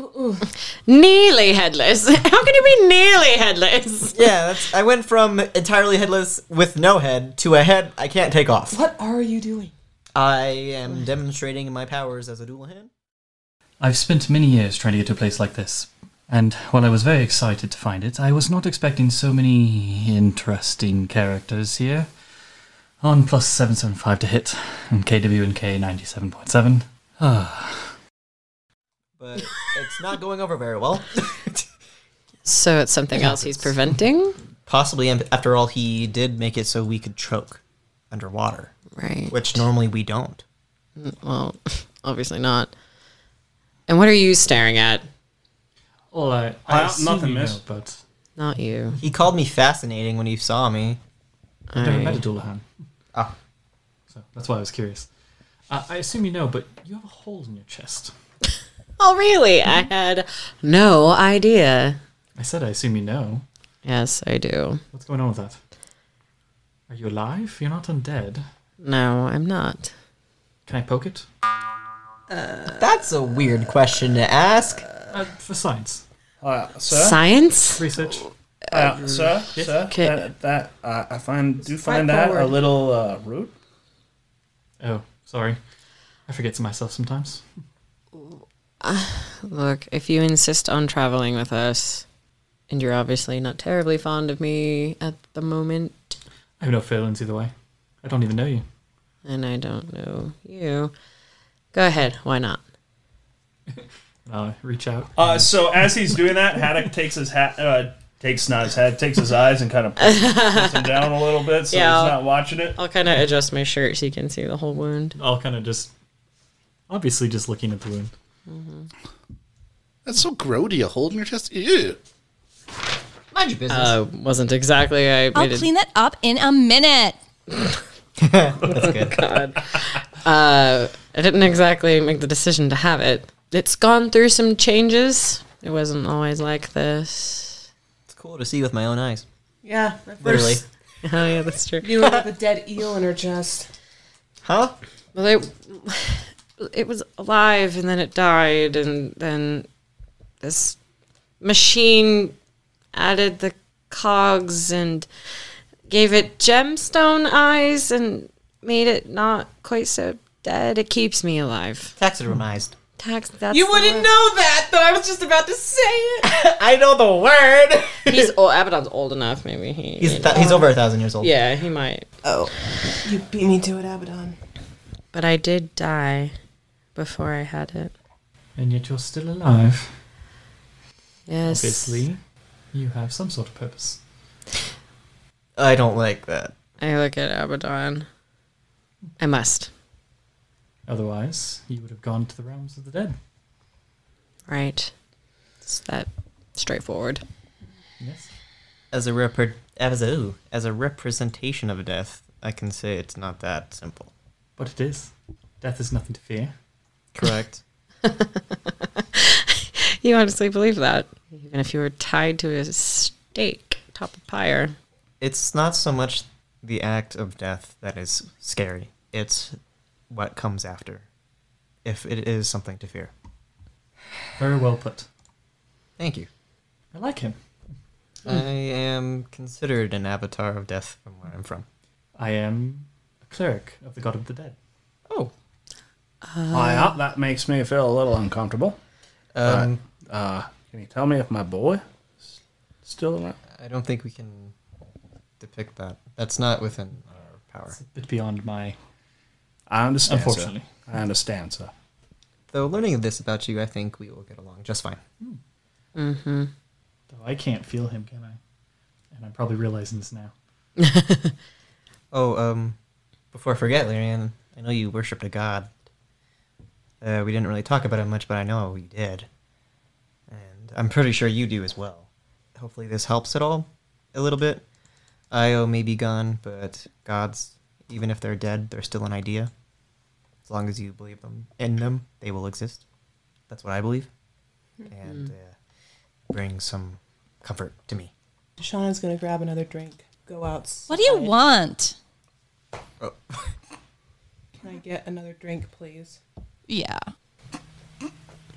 nearly headless. [laughs] How can you be nearly headless?
Yeah, Uh, that's, I went from entirely headless with no head to a head I can't take off.
What are you doing?
I am demonstrating my powers as a dual hand.
I've spent many years trying to get to a place like this, and while I was very excited to find it, I was not expecting so many interesting characters here. On plus 775 to hit, and KW and K 97.7. Ah.
But it's not going over very well. [laughs]
So it's something else he's preventing?
Possibly, and after all, he did make it so we could choke underwater.
Right.
Which normally we don't.
Mm, [laughs] Well, obviously not. And what are you staring at?
Well, I,
I-
I assume
nothing,
you
miss.
know, but
Not you.
He called me fascinating when he saw me.
I've never met a Dullahan.
Ah.
So that's why I was curious. Uh, I assume you know, but you have a hole in your chest.
[laughs] Oh, really? I had no idea.
I said I assume you know.
Yes, I do.
What's going on with that? Are you alive? You're not undead.
No, I'm not.
Can I poke it?
Uh, That's a weird question to ask.
for science.
Uh, sir?
Science? Research.
Uh, sir,
Yes?
sir,
Okay.
that, that uh, I find do find
right
that a
forward.
little uh, rude.
Oh, sorry. I forget to myself sometimes.
Look, if you insist on traveling with us, and you're obviously not terribly fond of me at the moment,
I have no feelings either way. I don't even know you.
and I don't know you, go ahead. Why
[laughs]
not?
I'll reach out.
Uh, so as he's doing that, Haddock takes his hat, uh, takes not his head, takes his eyes and kind of puts, puts them down a little bit so
Yeah.
he's not watching it.
I'll kind of adjust my shirt so you can see the whole wound.
I'll kind of just, obviously, just looking at the wound.
That's so grody, a hole in your chest. Ew.
Mind your business.
Uh, wasn't exactly. I
I'll
made it- [laughs]
clean that up in a minute.
[laughs]
That's good.
Oh, Uh, I didn't exactly make the decision to have it. It's gone through some changes. It wasn't always like this.
It's cool to see with my own eyes.
Yeah, at
Literally.
first-
[laughs] Oh yeah, that's true.
You look at the dead eel in her chest.
Huh?
Well, it it was alive and then it died and then this machine added the cogs and gave it gemstone eyes and made it not quite so dead. It keeps me alive.
Taxidermized.
Tax. That's
you
the
wouldn't
word.
know that, though. I was just about to say
[laughs]
it.
[laughs] I know the word. [laughs]
He's old. Abaddon's old enough. Maybe he.
He's th- he's over a thousand years old.
Yeah, he might.
Oh.
You beat me to it, Abaddon.
But I did die before I had it.
And yet you're still alive.
Yes.
Obviously, you have some sort of purpose.
I don't like that.
I look at Abaddon. I must.
Otherwise, you would have gone to the realms of the dead.
Right. It's that straightforward.
Yes.
As a repre- as a ooh, as a representation of death, I can say it's not that simple.
But it is. Death is nothing
[laughs]
to fear.
Correct.
You honestly believe that, even if you were tied to a stake atop a [laughs] pyre.
[laughs] it's not so much the act of death that is scary. It's what comes after, if it is something to fear.
Very well put.
Thank you.
I like him.
I am considered an avatar of death from where I'm from.
I am a cleric of the god of the dead.
Oh.
Why
Uh-huh.
not? that makes me feel a little uncomfortable.
Um,
But, uh, can you tell me if my boy s- still around?
I don't think we can depict that. That's not within our power.
But beyond my.
I understand. sir.
Unfortunately.
I understand, sir.
Though learning this about you, I think we will get along just fine.
Mm-hmm.
Though I can't feel him, can I? And I'm probably realizing this now.
[laughs] Oh, um, before I forget, Lyrian, I know you worshipped a god. Uh, we didn't really talk about it much, but I know you did. And I'm pretty sure you do as well. Hopefully, this helps at all a little bit. Io may be gone, but gods, even if they're dead, they're still an idea. As long as you believe them in them, they will exist. That's what I believe.
Mm.
And uh, brings some comfort to [laughs] me.
Hmm. Shauna's gonna grab another drink. Go outside.
What do you want?
Can I get another drink, please?
Yeah,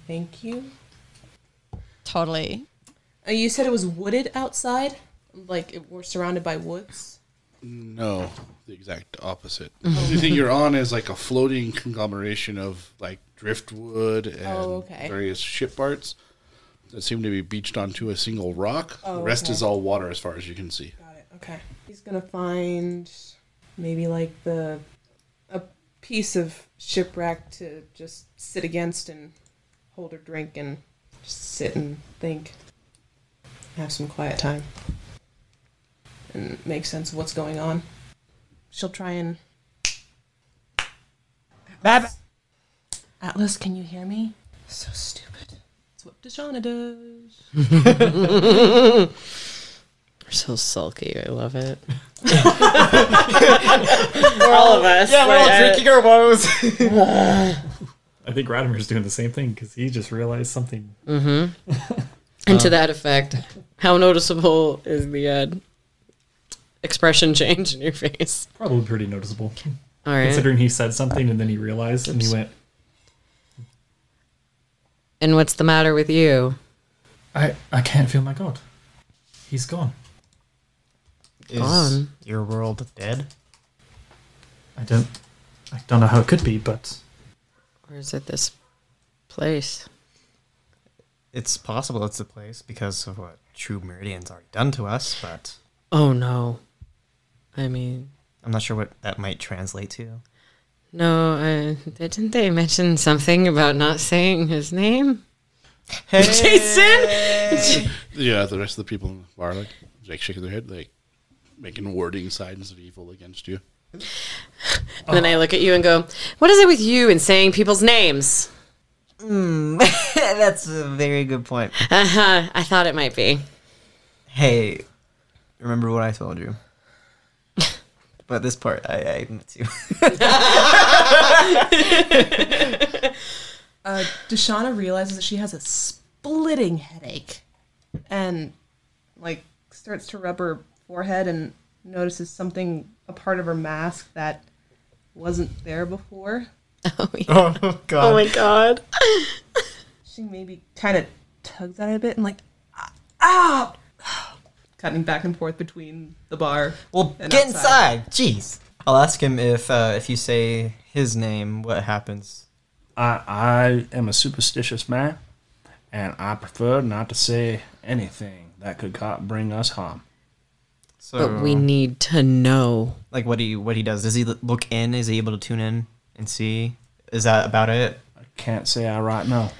Thank you.
totally.
Uh, you said it was wooded outside, like it, we're surrounded by woods.
No, the exact
[laughs]
opposite. the only thing you're on is like a floating conglomeration of like driftwood and
Oh, okay.
various ship arts that seem to be beached onto a single rock.
Oh,
the rest
okay.
is all water as far as you can see.
Okay. He's gonna find maybe like the a piece of shipwreck to just sit against and hold her drink and just sit and think. Have some quiet time. And make sense of what's going on. She'll try and Atlas, can you hear me? So stupid. That's what Deshana does.
We're so sulky. I love it. we're all of us.
Yeah, we're all drinking
[laughs]
our
woes.
I think Radimir's doing the same thing because he just realized something.
mm-hmm. And to
Um,
that effect, how noticeable is the uh, expression change in your face?
Probably pretty noticeable.
All right.
Considering he said something and then he realized and he went,
And what's the matter with you?
I, I can't feel my god. He's gone.
Is Gone?
your world dead? I don't I don't know how it could be, but
Or is it this place?
It's possible it's the place because of what True Meridian's already done to us, but
Oh no. I mean,
I'm not sure what that might translate to.
no, uh, didn't they mention something about not saying his name? [laughs] Jason?
Yeah, the rest of the people in the bar like like shaking their head, like making warding signs of evil against you.
And then I look at you and go, What is it with you and saying people's names?
Hmm, that's a very good point.
Uh huh. I thought it might be.
Hey, remember what I told [laughs] you? but this part, I, I admit to.
Uh, Deshauna realizes that she has a splitting headache and, like, starts to rub her forehead and notices something, a part of her mask that wasn't there before. Oh,
yeah. [laughs] Oh, God. Oh, my
God. she maybe kind of tugs at it a bit and, like, ah! Cutting back and forth between the bar.
Well, Get inside, jeez. I'll ask him if uh, if you say his name, what happens?
I I am a superstitious man, and I prefer not to say anything that could ca- bring us harm.
but we need to know.
Like what he what he does? Does he l- look in? Is he able to tune in and see? Is that about it? I
can't say I right now.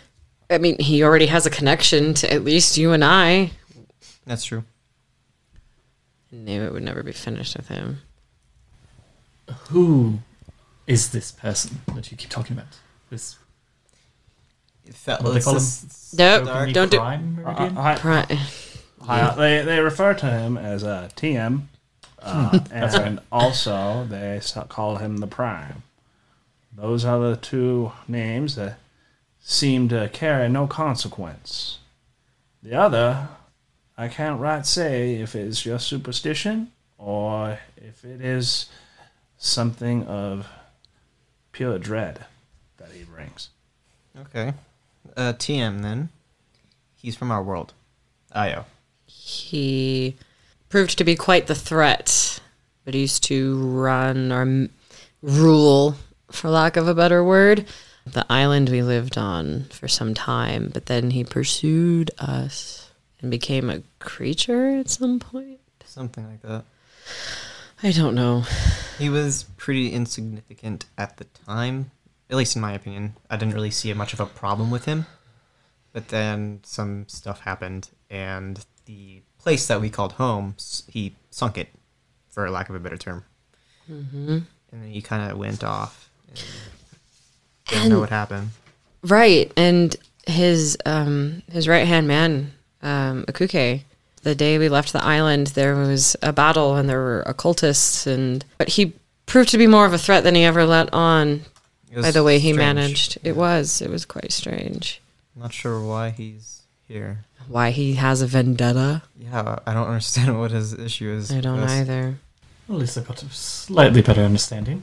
I mean, he already has a connection to at least you and I.
That's true.
Knew it would never be finished with him.
who is this person that you keep talking about? This
Fel-
what do they call him? Spoken crime
Uh,
meridian?
I- I-
Pri-
I- uh, they, they refer to him as a TM, uh,
Hmm.
[laughs]
That's
and
right.
also they s- call him the Prime. Those are the two names that seem to carry no consequence. The other, I can't right say if it's just superstition or if it is something of pure dread that he brings.
Okay. Uh, TM then. He's from our world. Io.
He proved to be quite the threat, but he used to run or m- rule, for lack of a better word, the island we lived on for some time. But then he pursued us and became a creature at some point.
Something like that.
I don't know.
He was pretty insignificant at the time, at least in my opinion. I didn't really see much of a problem with him. But then some stuff happened, and the place that we called home, s- he sunk it, for lack of a better term.
Mm-hmm.
And then he kind of went off. And didn't know
And-
what happened.
Right, and his um, his right hand man, um, Akuke. The day we left the island, there was a battle, and there were occultists, and but he proved to be more of a threat than he ever let on.
It was
By the way, he
strange,
managed it was it was quite strange.
Not sure why he's here.
Why he has a vendetta?
Yeah, I don't [laughs] understand what his issue is.
I don't
with us.
either.
At least I got a slightly better understanding.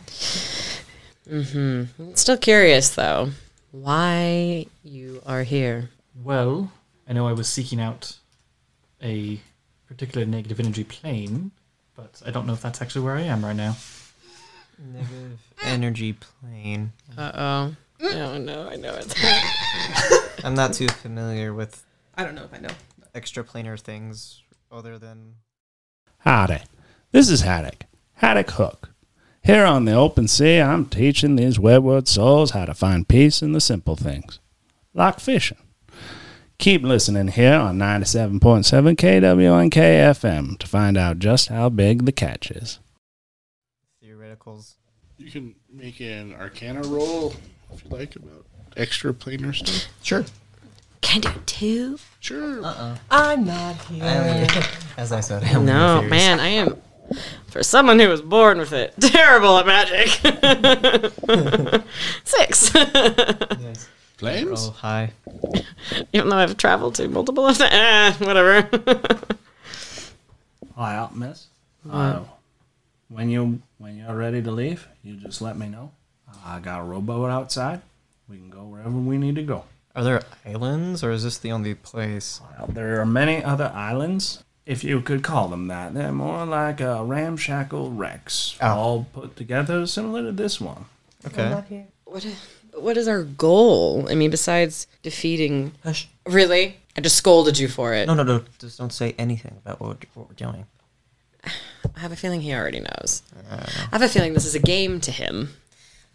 Mm-hmm. Still curious though, why you are here?
Well, I know I was seeking out a particular negative energy plane, but I don't know if that's actually where I am right now.
Negative [laughs] energy plane.
Uh oh.
Mm.
Oh no, I know it's.
I'm not too familiar with.
I don't know if I know.
Extraplanar things other than.
Howdy. This is Haddock, Haddock Hook. Here on the open sea, I'm teaching these webward souls how to find peace in the simple things, like fishing. Keep listening here on 97.7 KWNK FM to find out just how big the catch is.
Theoreticals.
You can make an Arcana roll if you like about extra planar stuff.
Sure.
Can do two.
Sure.
Uh-uh.
I'm not here.
[laughs] As I said,
No, man, I am. For someone who was born with it, [laughs] terrible at magic. [laughs] Six.
Flames?
Oh, hi.
Even though I've traveled to multiple of the. Eh, whatever.
Hi, Optimus. Uh, when you when you're ready to Uh, leave, you just let me know. I got a rowboat outside. We can go wherever we need to go.
Are there islands, or is this the only place?
There are many other islands, if you could call them that. They're more like uh, ramshackle wrecks,
Oh.
all put together, similar to this one.
What, what is our goal? I mean, besides defeating. Really? I just scolded you for it.
No, no, no. Just don't say anything about what we're, what we're doing.
I have a feeling he already knows. I have a feeling this is a game to him.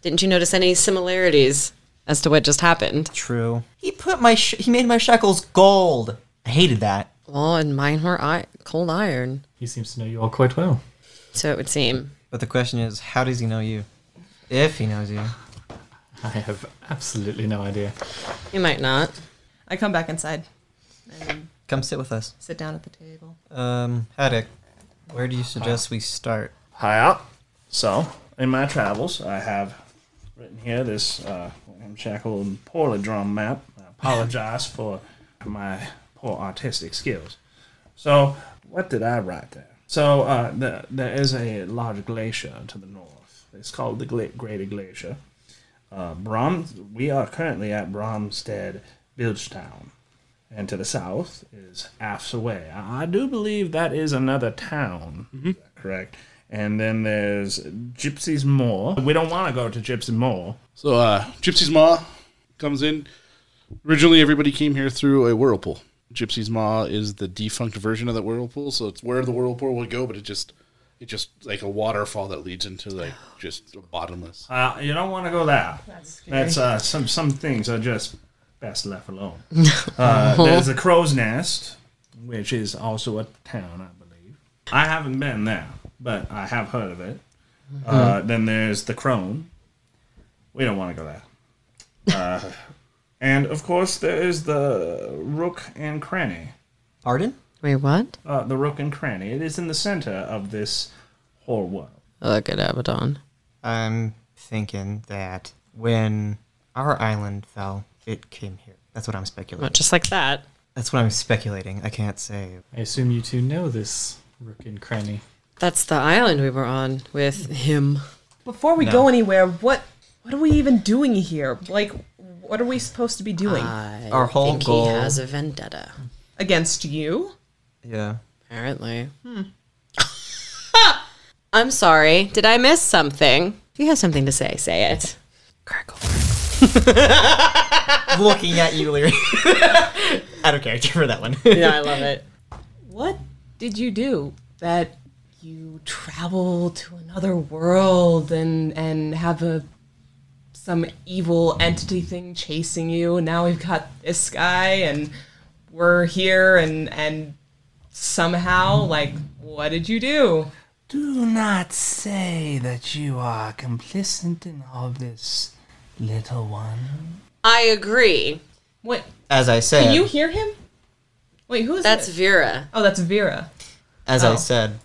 Didn't you notice any similarities as to what just happened?
True. He put my sh- he made my shackles gold. I hated that.
Well, and mine were I- cold iron.
He seems to know you all quite well.
So it would seem.
But the question is, how does he know you? If he knows you.
I have absolutely no idea.
You might not.
I come back inside and
Come sit with us.
sit down at the table.
Um, Haddock, where do you suggest we start?
High up. uh, So, in my travels, I have written here this uh, William Shackle and poorly drawn map. I
[laughs]
apologize for my poor artistic skills. So, what did I write there? So, uh, the, there is a large glacier to the north. It's called the Gla- Greater Glacier. Uh, Brom, we are currently at Bromstead Bilgetown. And to the south is Afsaway. I I do believe that is another town. Correct. And then there's Gypsy's Moor. We don't want to go to Gypsy Moor.
So, uh, Gypsy's Maw comes in. Originally, everybody came here through a whirlpool. Gypsy's Maw is the defunct version of that whirlpool, so it's where the whirlpool would go, but it just, it just like a waterfall that leads into like just bottomless.
Uh, you don't want to go there. That's,
scary.
uh, some some things are just best left alone. uh, there's the Crow's Nest, which is also a town, I believe. I haven't been there, but I have heard of it. Uh, then there's the Crone. We don't want to go there. Uh, and of course, there is the Rook and Cranny.
Pardon?
Wait, what?
Uh, the Rook and Cranny. It is in the center of this whole world.
Look at Abaddon.
I'm thinking that when our island fell, it came here. That's what I'm speculating.
Not just like that.
That's what I'm speculating. I can't say.
I assume you two know this rook and cranny.
That's the island we were on with him.
Before we
No.
go anywhere, what what are we even doing here? Like, what are we supposed to be doing?
I think he has a vendetta.
against you.
Yeah.
Apparently.
Hmm.
[laughs] I'm sorry. Did I miss something? If you have something to say, say [laughs] it.
Looking at you, Leary. [laughs] Out of character for that one.
[laughs] yeah, I love it.
What did you do that you travel to another world and and have a some evil entity thing chasing you? And now we've got this guy, and we're here, and and somehow, like, what did you do?
[laughs] Do not say that you are complicit in all this, little one.
I agree.
What?
[laughs] As I said,
Can you hear him? Wait, who is
That's
it?
Vera.
Oh, that's Vera.
as
Oh.
I said,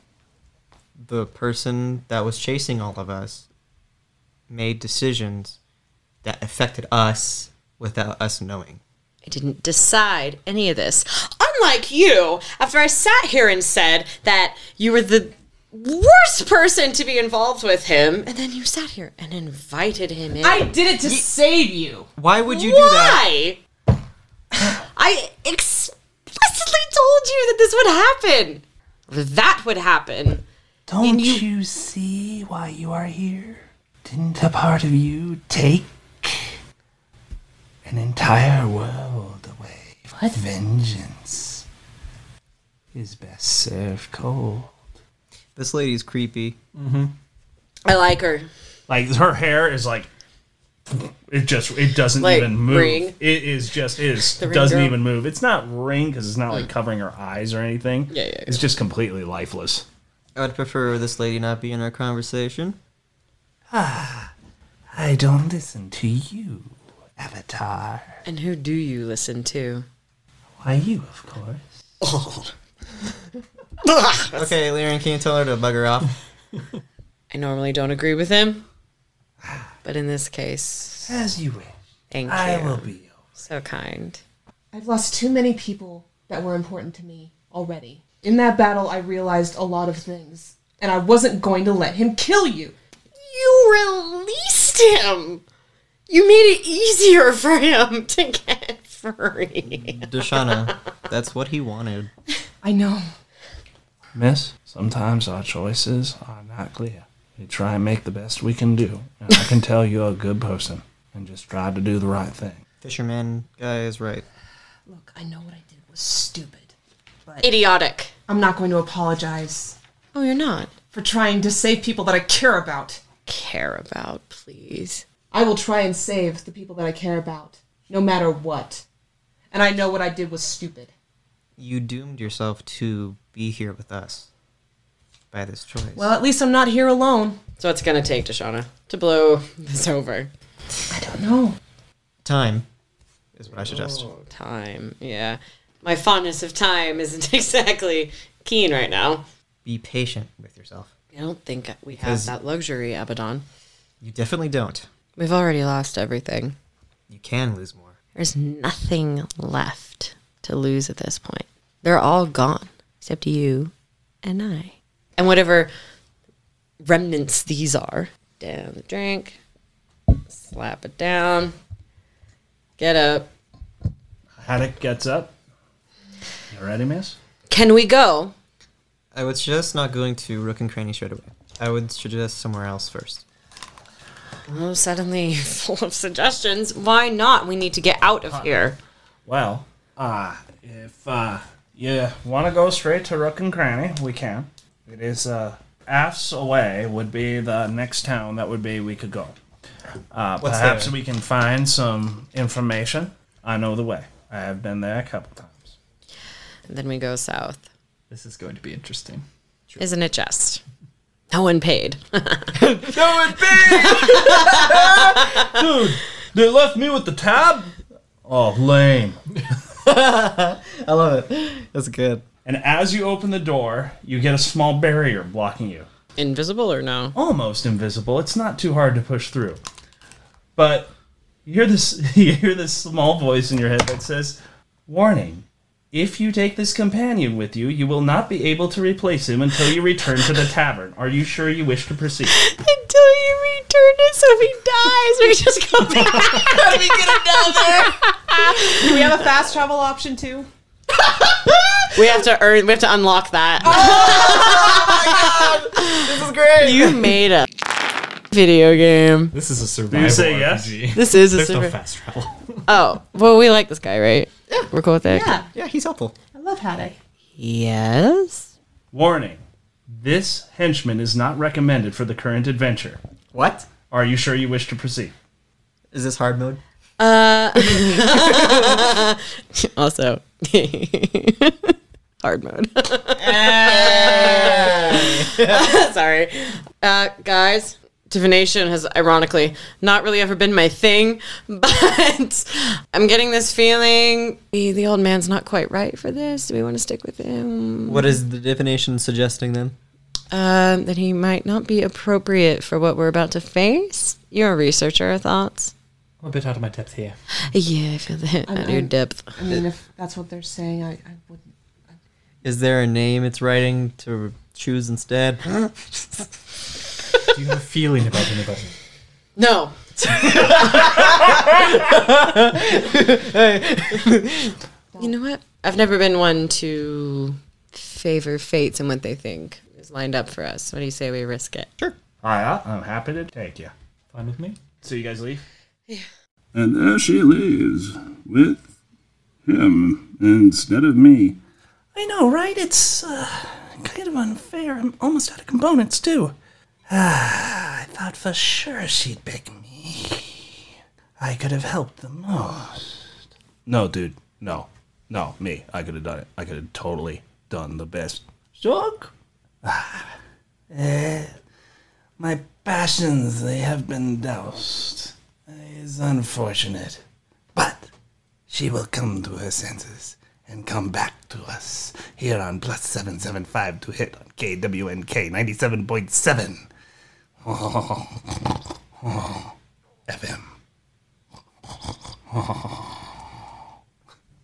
the person that was chasing all of us made decisions that affected us without us knowing.
I didn't decide any of this. Unlike you, after I sat here and said that you were the worst person to be involved with him, and then you sat here and invited him in.
I did it to save you.
Why would you do that?
Why? I explicitly told you that this would happen. Or That would happen.
Don't you... see why you are here? Didn't a part of you take an entire world away? What? Vengeance is best served cold.
This lady's creepy.
Mm-hmm.
I like her.
Like her hair is like it just it doesn't
Like,
even move.
ring.
It is just is
The ring
doesn't
girl. Mm.
even move. It's not ring because it's not like covering her eyes or anything.
Yeah, yeah, yeah.
It's just completely lifeless.
I would prefer this lady not be in our conversation.
Ah, I don't listen to you, Avatar.
And who do you listen [laughs] to?
Why you, of course.
okay, Lyran, can you tell her to bugger off?
I normally don't agree
[sighs]
with him, but in this case,
as you wish.
Thank
I
you.
will be
so kind.
I've lost too many people that were important to me already. In that battle, I realized a lot of things, and I wasn't going to let him kill you.
You released him. You made it easier for him to get furry.
[laughs] Dashana, that's what he wanted.
I know.
Miss, sometimes our choices are not clear. We try and make the best we can do. And I can tell you're a good person and just try to do the right thing.
Fisherman guy is right.
Look, I know what I did was stupid. But
Idiotic.
I'm not going to apologize.
Oh, you're not?
For trying to save people that I care about.
Care about, please.
I will try and save the people that I care about, no matter what. And I know what I did was stupid.
You doomed yourself to be here with us by this choice.
Well, at least I'm not here alone.
So it's gonna take Dashana to blow this over.
I don't know.
Time is what I suggest.
Time, yeah. My fondness of time isn't [laughs] exactly keen right now.
Be patient with yourself.
I don't think we have
Because-
that luxury, Abaddon.
You definitely don't.
We've already lost everything.
You can lose more.
There's nothing left to lose at this point. They're all gone, except you and I. And whatever remnants these are. Down the drink, slap it down, get up.
Haddock gets up. You ready, miss?
Can we go?
I would suggest not going to Rook and Cranny straight away. I would suggest somewhere else first.
Oh, suddenly [laughs] full of suggestions. Why not? We need to get out of here.
Well, uh, if uh, you want to go straight to Rook and Cranny, we can. It is uh, Af's away would be the next town that would be we could go. Uh,
What's
perhaps
there?
we can find some information. I know the way. I have been there a couple times.
And then we go south.
This is going to be interesting.
Isn't it just? No one paid. [laughs]
No, it
[laughs]
Dude, they left me with the tab?
Oh, lame.
[laughs] I love it. That's good.
And as you open the door, you get a small barrier blocking you.
Invisible or no?
Almost invisible. It's not too hard to push through. But you hear this [laughs] you hear this small voice in your head that says, "Warning. If you take this companion with you, you will not be able to replace him until you return to the tavern. Are you sure you wish to proceed?"
Until you return it, so if he dies, we just go back.
[laughs]
How do we get
[laughs]
Do we have a fast travel option too?
we have to earn. We have to unlock that.
This is great.
You made a video game.
This is a survival.
you say
yes?
This is a
There's no
survi-
fast travel.
Oh, well, we like this guy, right? Yeah. We're cool with it.
Yeah.
Yeah, he's helpful.
I love Haddock.
Yes.
Warning. This henchman is not recommended for the current adventure.
What?
Are you sure you wish to proceed?
Is this hard mode?
Uh, [laughs] also, [laughs] hard mode. [laughs] Sorry. Uh, guys, divination has ironically not really ever been my thing, [laughs] but I'm getting this feeling the, the old man's not quite right for this. Do we want to stick with him?
What is the definition suggesting then?
Um, that he might not be appropriate for what we're about to face. You're a researcher, thoughts?
I'm a bit out of my depth here.
Yeah, I feel that.
I-
Out of your
I-
depth.
I mean, if that's what they're saying, I, I wouldn't.
Is there a name it's writing to choose
[laughs]
instead?
Do you have a feeling about anybody?
No. you know what? [laughs] I've never been one to favor fates and what they think is lined up for us. What do you say we risk it? Sure.
I, I'm happy to take you.
Fine with me.
So you guys leave?
And there she leaves with him instead of me.
I know, right? It's uh, kind of unfair. I'm almost out of components, too.
Ah, I thought for sure she'd pick me. I could have helped the most.
No, dude. No. No, me. I could have done it. I could have totally done the best.
Shock? [sighs] Eh, my passions, they have been doused. It's unfortunate. But she will come to her senses and come back to us here on plus 775 to hit on KWNK [laughs] 97.7. [laughs] Oh, FM.